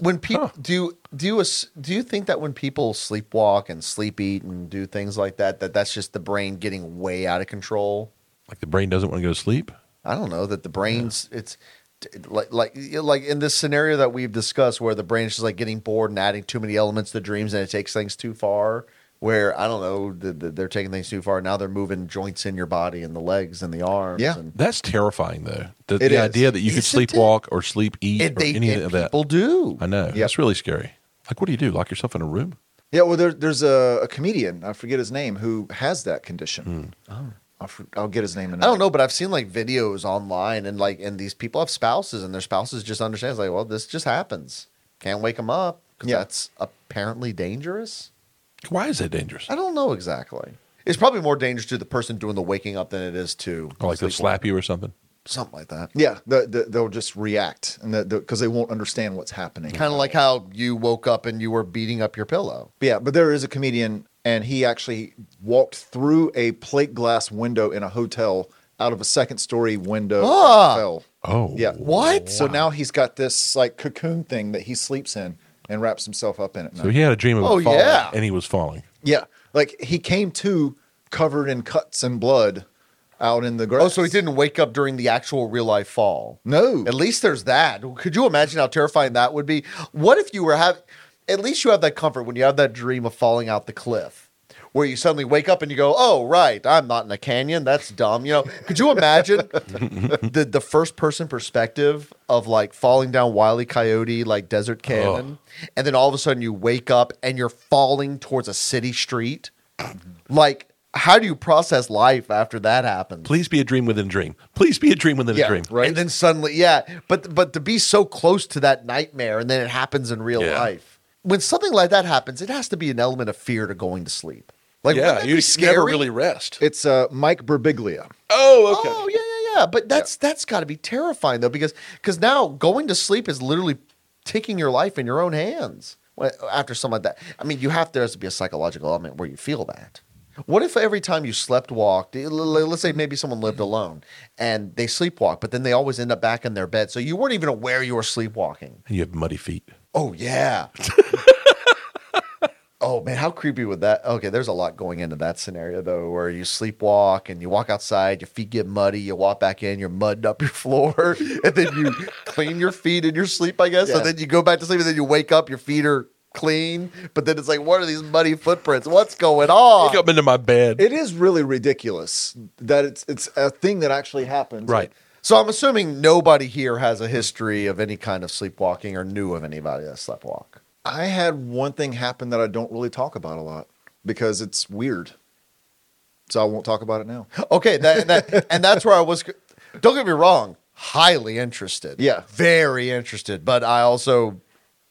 <laughs> when people do do you ass- do you think that when people sleepwalk and sleep eat and do things like that, that that's just the brain getting way out of control?
Like the brain doesn't want to go to sleep.
I don't know that the brain's it's like like like in this scenario that we've discussed where the brain's just like getting bored and adding too many elements to dreams and it takes things too far. Where I don't know, th- th- they're taking things too far. Now they're moving joints in your body and the legs and the arms.
Yeah.
and
That's terrifying, though. The,
It
the
is.
idea that you could
Isn't it?
sleepwalk or sleep eat
and
or
they
any
and
of that.
people do.
I know.
Yep.
That's really scary. Like, what do you do? Lock yourself in a room?
Yeah, well, there, there's a, a comedian I forget his name who has that condition. Oh. I'll, for- I'll get his name. In a
I don't
minute.
know, but I've seen like videos online and like and these people have spouses and their spouses just understands like, well, this just happens. Can't wake them up because
Yeah.
that's apparently dangerous.
Why is that dangerous?
I don't know exactly. It's probably more dangerous to the person doing the waking up than it is to
Or like they'll
sleepwalk-
slap you or something.
something like that.
Yeah, the, the, they'll just react and because they won't understand what's happening.
Kind of like how you woke up and you were beating up your pillow.
Yeah, but there is a comedian, and he actually walked through a plate glass window in a hotel out of a second story window. and
Ah!
fell.
Oh,
Yeah.
What?
So now he's got this like cocoon thing that he sleeps in and wraps himself up in it.
So he had a dream of
Oh,
falling,
yeah.
and he was falling.
yeah, like he came to covered in cuts and blood out in the grass.
Oh, so he didn't wake up during the actual real life fall.
No.
At least there's that. Could you imagine how terrifying that would be? What if you were have at least you have that comfort when you have that dream of falling out the cliff where you suddenly wake up and you go, "Oh, right, I'm not in a canyon. That's dumb." You know, could you imagine the the first person perspective of like falling down Wily Coyote like Desert Canyon and then all of a sudden you wake up and you're falling towards a city street? Like how do you process life after that happens?
Please be a dream within a dream. Please be a dream within
Yeah,
a dream.
right?
And then suddenly, yeah, but but to be so close to that nightmare and then it happens in real
Yeah.
life. When something like that happens, it has to be an element of fear to going to sleep. Like wouldn't
yeah,
that
you
be
never
scary?
really rest.
It's uh, Mike Birbiglia.
oh, okay.
Oh yeah, yeah, yeah. But that's that's got to be terrifying though, because because now going to sleep is literally taking your life in your own hands. Well, After something like that, I mean, you have there has to be a psychological element where you feel that. What if every time you slept walked, eh, let's say maybe someone lived alone and they sleepwalk, but then they always end up back in their bed, so you weren't even aware you were sleepwalking.
And you have muddy feet.
Oh yeah. oh man, how creepy would that? Okay, there's a lot going into that scenario though, where you sleepwalk and you walk outside, your feet get muddy, you walk back in, you're mudding up your <laughs> floor, and then you clean your feet in your sleep, I guess,
Yeah.
and then you go back to sleep, and then you wake up, your feet are clean, but then it's like, what are these muddy footprints? What's going
Wake
on?
up into my bed.
It is really ridiculous that it's it's a thing that actually happens.
Right.
Like,
So I'm assuming nobody here has a history of any kind of sleepwalking or knew of anybody that sleptwalk.
I had one thing happen that I don't really talk about a lot because it's weird. So I won't talk about it
<gasps>
now.
Okay, that,
<laughs>
that and that's where I was. Don't get me wrong, highly interested.
Yeah.
very interested. But I also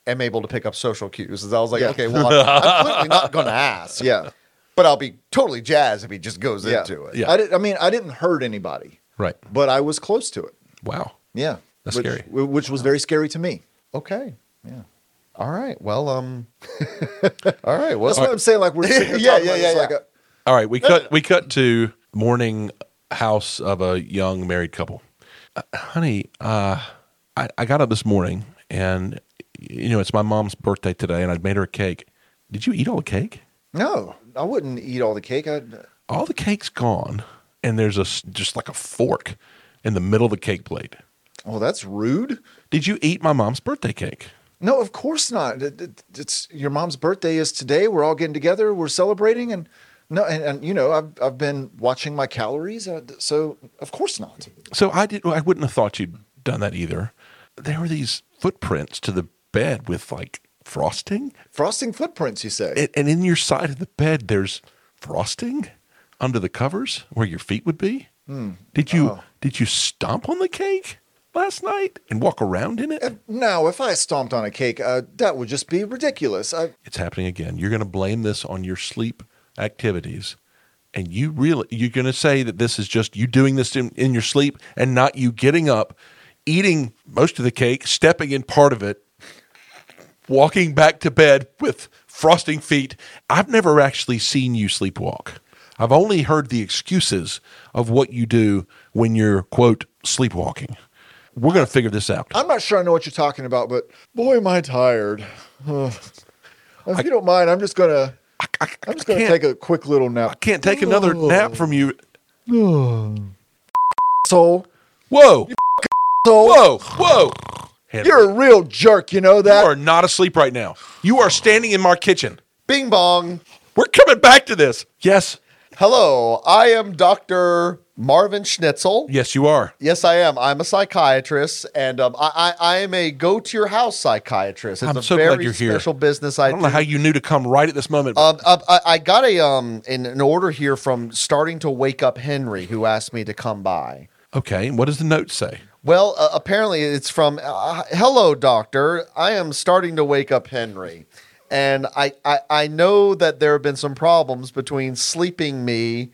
am able to pick up social cues. And I was like,
Yeah.
okay, well, I'm, I'm clearly not
<laughs>
going to ask.
Yeah.
but I'll be totally jazzed if he just goes
yeah.
into it.
Yeah.
I, did, I mean, I didn't hurt anybody,
Right.
but I was close to it.
Wow.
Yeah.
That's
which,
scary.
wh- Which was very scary to me.
Okay.
Yeah.
All right. Well, um, <laughs> all right. Well, <laughs>
That's what I'm saying. Like, we're sitting here
Yeah,
talking
yeah,
about
yeah,
this, like
yeah.
a-
All right, we cut we cut to morning house of a young married couple. Uh, honey, uh, I, I got up this morning and you know it's my mom's birthday today, and I'd made her a cake. Did you eat all the cake?
no, I wouldn't eat all the cake. I'd,
All the cake's gone, and there's a s- just like a fork in the middle of the cake plate.
oh, that's rude.
Did you eat my mom's birthday cake?
No, of course not. It- it- It's your mom's birthday is today. We're all getting together. We're celebrating, and no, and, and you know, I've I've been watching my calories, uh, d- so of course not.
So I did. I wouldn't have thought you'd done that either. There were these footprints to the bed with like frosting.
Frosting footprints, you say?
and, and in your side of the bed there's frosting under the covers where your feet would be. Did you did you stomp on the cake last night and walk around in it?
no, if I stomped on a cake, uh, that would just be ridiculous. I,
It's happening again. You're going to blame this on your sleep activities. And you really you're going to say that this is just you doing this in, in your sleep and not you getting up, eating most of the cake, stepping in part of it, walking back to bed with frosting feet. I've never actually seen you sleepwalk. I've only heard the excuses of what you do when you're quote sleepwalking. We're going to figure this out.
I'm not sure I know what you're talking about, but boy, am I tired. <sighs> Ugh. if you don't mind, I'm just gonna
I, I-
I'm just
I
gonna
can't-
take a quick little nap.
I can't take another nap from you.
Soul,
Whoa.
soul,
Whoa, whoa. Henry,
you're a real jerk. You know
you
that.
are not asleep right now. You are standing in my kitchen.
Bing bong.
We're coming back to this. Yes.
Hello, I am Dr. Marvin Schnitzel.
Yes, you are.
Yes, I am. I'm a psychiatrist, and um, I, I, I am a go to your house psychiatrist. It's
I'm
a
so
very
glad you're here.
special business I,
I don't know
do.
how you knew to come right at this moment.
Um, uh, I, I got a um an, an order here from starting to wake up Henry, who asked me to come by.
okay. What does the note say?
Well, uh, apparently it's from uh, Hello, Doctor. I am starting to wake up Henry. And I, I, I know that there have been some problems between sleeping me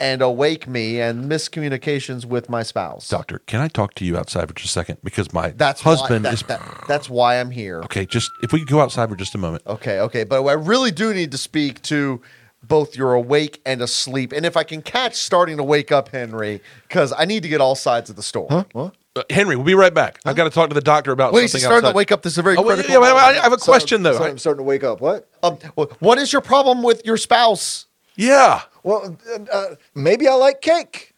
and awake me and miscommunications with my spouse.
Doctor, can I talk to you outside for just a second? Because my
That's
husband
why,
is.
that, that- that's why I'm here.
okay, just if we could go outside for just a moment.
Okay, okay. But I really do need to speak to both your awake and asleep. And if I can catch starting to wake up, Henry, because I need to get all sides of the story.
What?
Uh, Henry, we'll be right back. I've got to talk to the doctor about
Wait,
something
starting
outside.
to wake up. This is a very
Oh, wait,
critical.
yeah, wait, wait, I have a question, though.
So I'm starting to wake up. What?
Um, wh- what is your problem with your spouse?
yeah.
Well, uh, uh, maybe I like cake.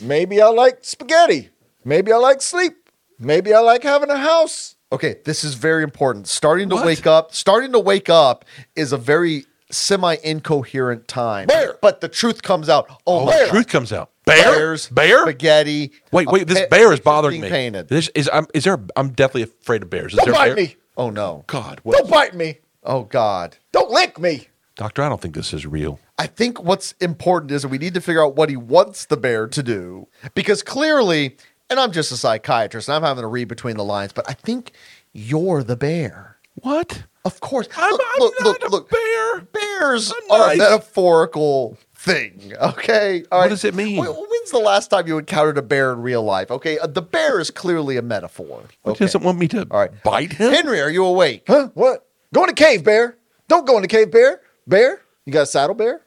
Maybe I like spaghetti. Maybe I like sleep. Maybe I like having a house.
Okay, this is very important. Starting to
What?
wake up, starting to wake up is a very semi incoherent time.
Bear.
But the truth comes out. Oh,
Oh,
my
the
God.
truth comes out. Bear?
Bears,
Bear?
spaghetti.
Wait,
a
wait. This
pet
bear is
picture
bothering
being
me.
Painted.
This is. I'm, is there? a- I'm definitely afraid of bears. Is
Don't
there a
bite
bear?
me.
Oh no.
God, what?
Don't bite me.
Oh God.
Don't lick me.
Doctor, I don't think this is real.
I think what's important is we need to figure out what he wants the bear to do because clearly, and I'm just a psychiatrist and I'm having to read between the lines, but I think you're the bear.
What?
Of course.
I'm,
Look,
I'm
look,
not
look,
a
look.
bear.
Bears
I'm
are a
nice.
metaphorical thing, okay? All
What does it mean?
Wh- When's the last time you encountered a bear in real life? Okay, Uh, the bear is clearly a metaphor.
He
Okay.
doesn't want me to
All right.
bite him.
Henry, are you awake?
Huh? What? Go in the cave, bear. Don't go in the cave, bear. Bear, you got a saddle bear?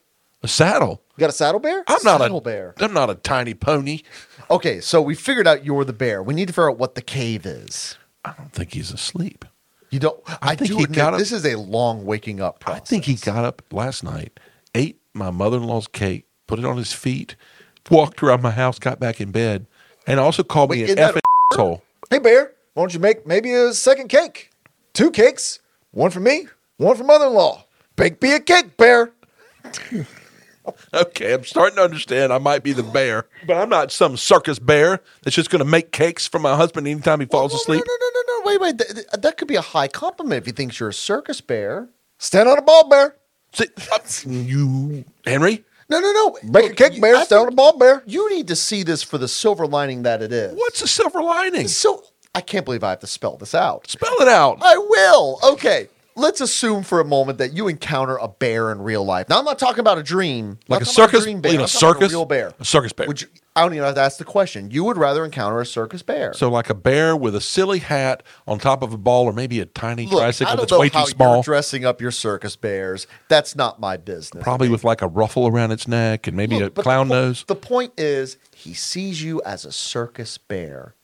A saddle.
You got a saddle bear?
I'm not a
Saddle bear.
I'm not a tiny pony.
Okay, so we figured out you're the bear. We need to figure out what the cave is.
I don't think he's asleep.
You don't. I,
think
do
he
admit
got a-
this is a long waking up
I
process.
think he got up last night, ate my mother-in-law's cake, put it on his feet, walked around my house, got back in bed, and also called
Wait,
me an
isn't that
effing asshole.
Hey, bear, why don't you make maybe a second cake? Two cakes. One for me, one for mother in law. Bake me a cake, bear.
Okay, I'm starting to understand. I might be the bear, but I'm not some circus bear that's just going to make cakes for my husband anytime he falls asleep.
No, no, no, no, no. Wait, wait. Th- th- that could be a high compliment if he thinks you're a circus bear.
Stand on a ball bear.
See, uh, you, Henry,
No, no, no.
Make a
Look,
cake
you-
bear.
I
Stand on a
think
ball bear.
You need to see this for the silver lining that it is.
what's the silver lining?
So I can't believe I have to spell this out.
Spell it out.
I will. Okay. Let's assume for a moment that you encounter a bear in real life. Now I'm not talking about a dream, I'm
Like
not
a
talking about
circus,
dream
in
bear.
a
I'm talking about
circus,
a real bear.
a circus bear.
Would you, I don't even have to ask the question. You would rather encounter a circus bear.
so like a bear with a silly hat on top of a ball, or maybe a tiny
Look, I
tricycle
don't
that's
know
way
how
too small.
you're dressing up your circus bears. That's not my business.
Probably with like a ruffle around its neck and maybe
Look,
a
but
clown
the po-
nose.
The point is, he sees you as a circus bear.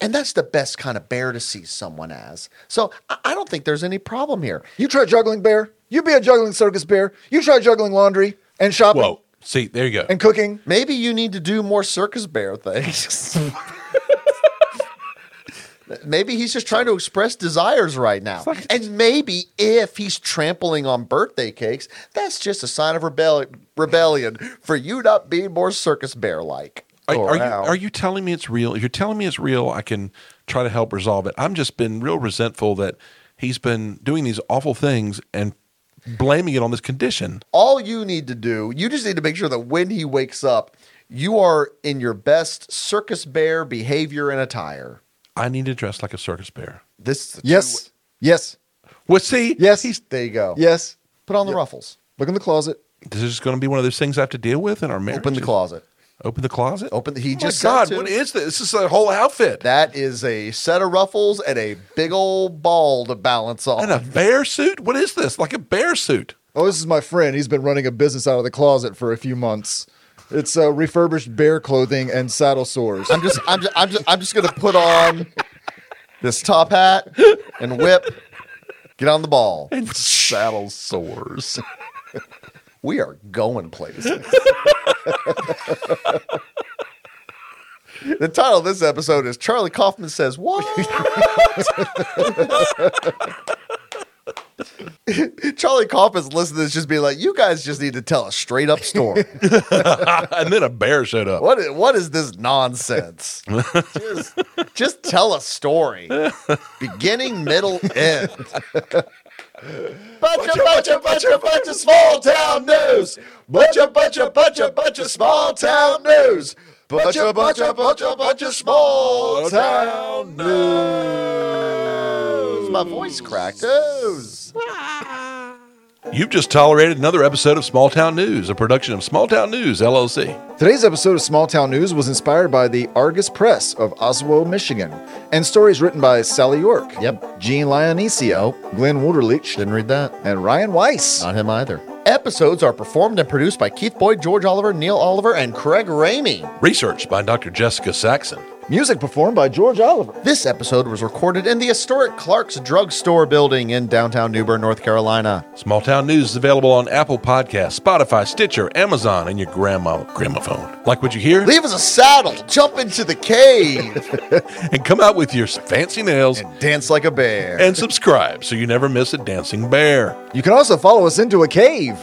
And that's the best kind of bear to see someone as. So I, I don't think there's any problem here.
You try juggling bear. You be a juggling circus bear. You try juggling laundry and shopping
Whoa! See, there you go.
and cooking.
Maybe you need to do more circus bear things. <laughs> maybe he's just trying to express desires right now. and maybe if he's trampling on birthday cakes, that's just a sign of rebel- rebellion for you not being more circus bear like.
Are, are you, are you telling me it's real? If you're telling me it's real, I can try to help resolve it. I'm just been real resentful that he's been doing these awful things and blaming it on this condition.
all you need to do, you just need to make sure that when he wakes up, you are in your best circus bear behavior and attire.
I need to dress like a circus bear.
This is the
Yes. Yes.
Well, see,
Yes.
two- there you go.
Yes.
Put on the ruffles.
Look in the closet.
this is going to be one of those things I have to deal with in our marriage.
Open the closet.
Open the closet.
Open. The, he
oh
just
my
said
God,
to.
what is this? This is a whole outfit
that is a set of ruffles and a big old ball to balance on.
and a bear suit. What is this? Like a bear suit. <laughs>
Oh, this is my friend. He's been running a business out of the closet for a few months. It's uh, refurbished bear clothing and saddle sores.
I'm just, I'm just, I'm just, I'm just gonna put on this top hat and whip. Get on the ball.
And saddle sores.
<laughs> We are going places. the title of this episode is Charlie Kaufman Says
<laughs>
What? Charlie Kaufman's listening to this just be like, you guys just need to tell a straight up story.
and then a bear showed up.
what, is, what is this nonsense? just, just tell a story. Beginning, middle, end. Bunch of, bunch of, bunch of, bunch of small town news.
Bunch of, bunch of, bunch of, bunch of small town news.
Bunch of, bunch of, bunch of, bunch of small town news. My voice cracked. News.
You've just tolerated another episode of Small Town News, a production of Small Town News, LLC.
Today's episode of Small Town News was inspired by the Argus Press of Oswego, Michigan, and stories written by Sally York,
Yep.
Gene Lionisio, Glenn Wolderleach,
Didn't read that.
and Ryan Weiss.
Not him either. Episodes are performed and produced by Keith Boyd, George Oliver, Neil Oliver, and Craig Ramey.
Research by Dr. Jessica Saxon.
Music performed by George Oliver.
This episode was recorded in the historic Clark's Drug Store building in downtown New Bern, North Carolina.
Small Town News is available on Apple Podcasts, Spotify, Stitcher, Amazon, and your grandma gramophone. Like what you hear?
Leave us a saddle, jump into the cave,
And come out with your fancy nails
and dance like a bear.
and subscribe so you never miss a dancing bear.
You can also follow us into a cave.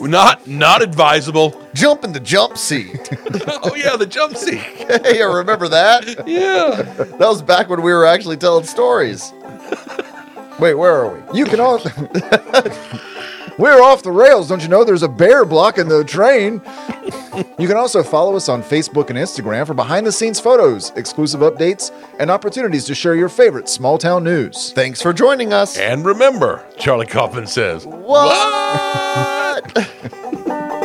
Not not advisable. <laughs>
jump in the jump seat. <laughs>
oh yeah, the jump seat.
hey, I remember that.
Yeah.
That was back when we were actually telling stories. Wait, where are we?
You can also. <laughs> We're off the rails, don't you know? There's a bear blocking the train. You can also follow us on Facebook and Instagram for behind the scenes photos, exclusive updates, and opportunities to share your favorite small town news.
Thanks for joining us.
And remember, Charlie Kaufman says,
What?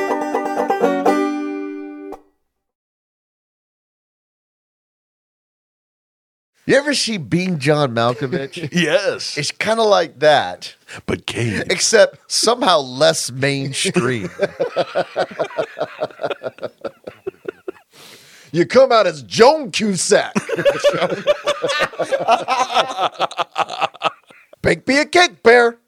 you ever see Being John
<laughs>
Malkovich?
Yes.
it's kind of like that,
But Kate.
except somehow less mainstream.
<laughs> You come out as
<laughs>
Joan Cusack. Bake me a cake, bear.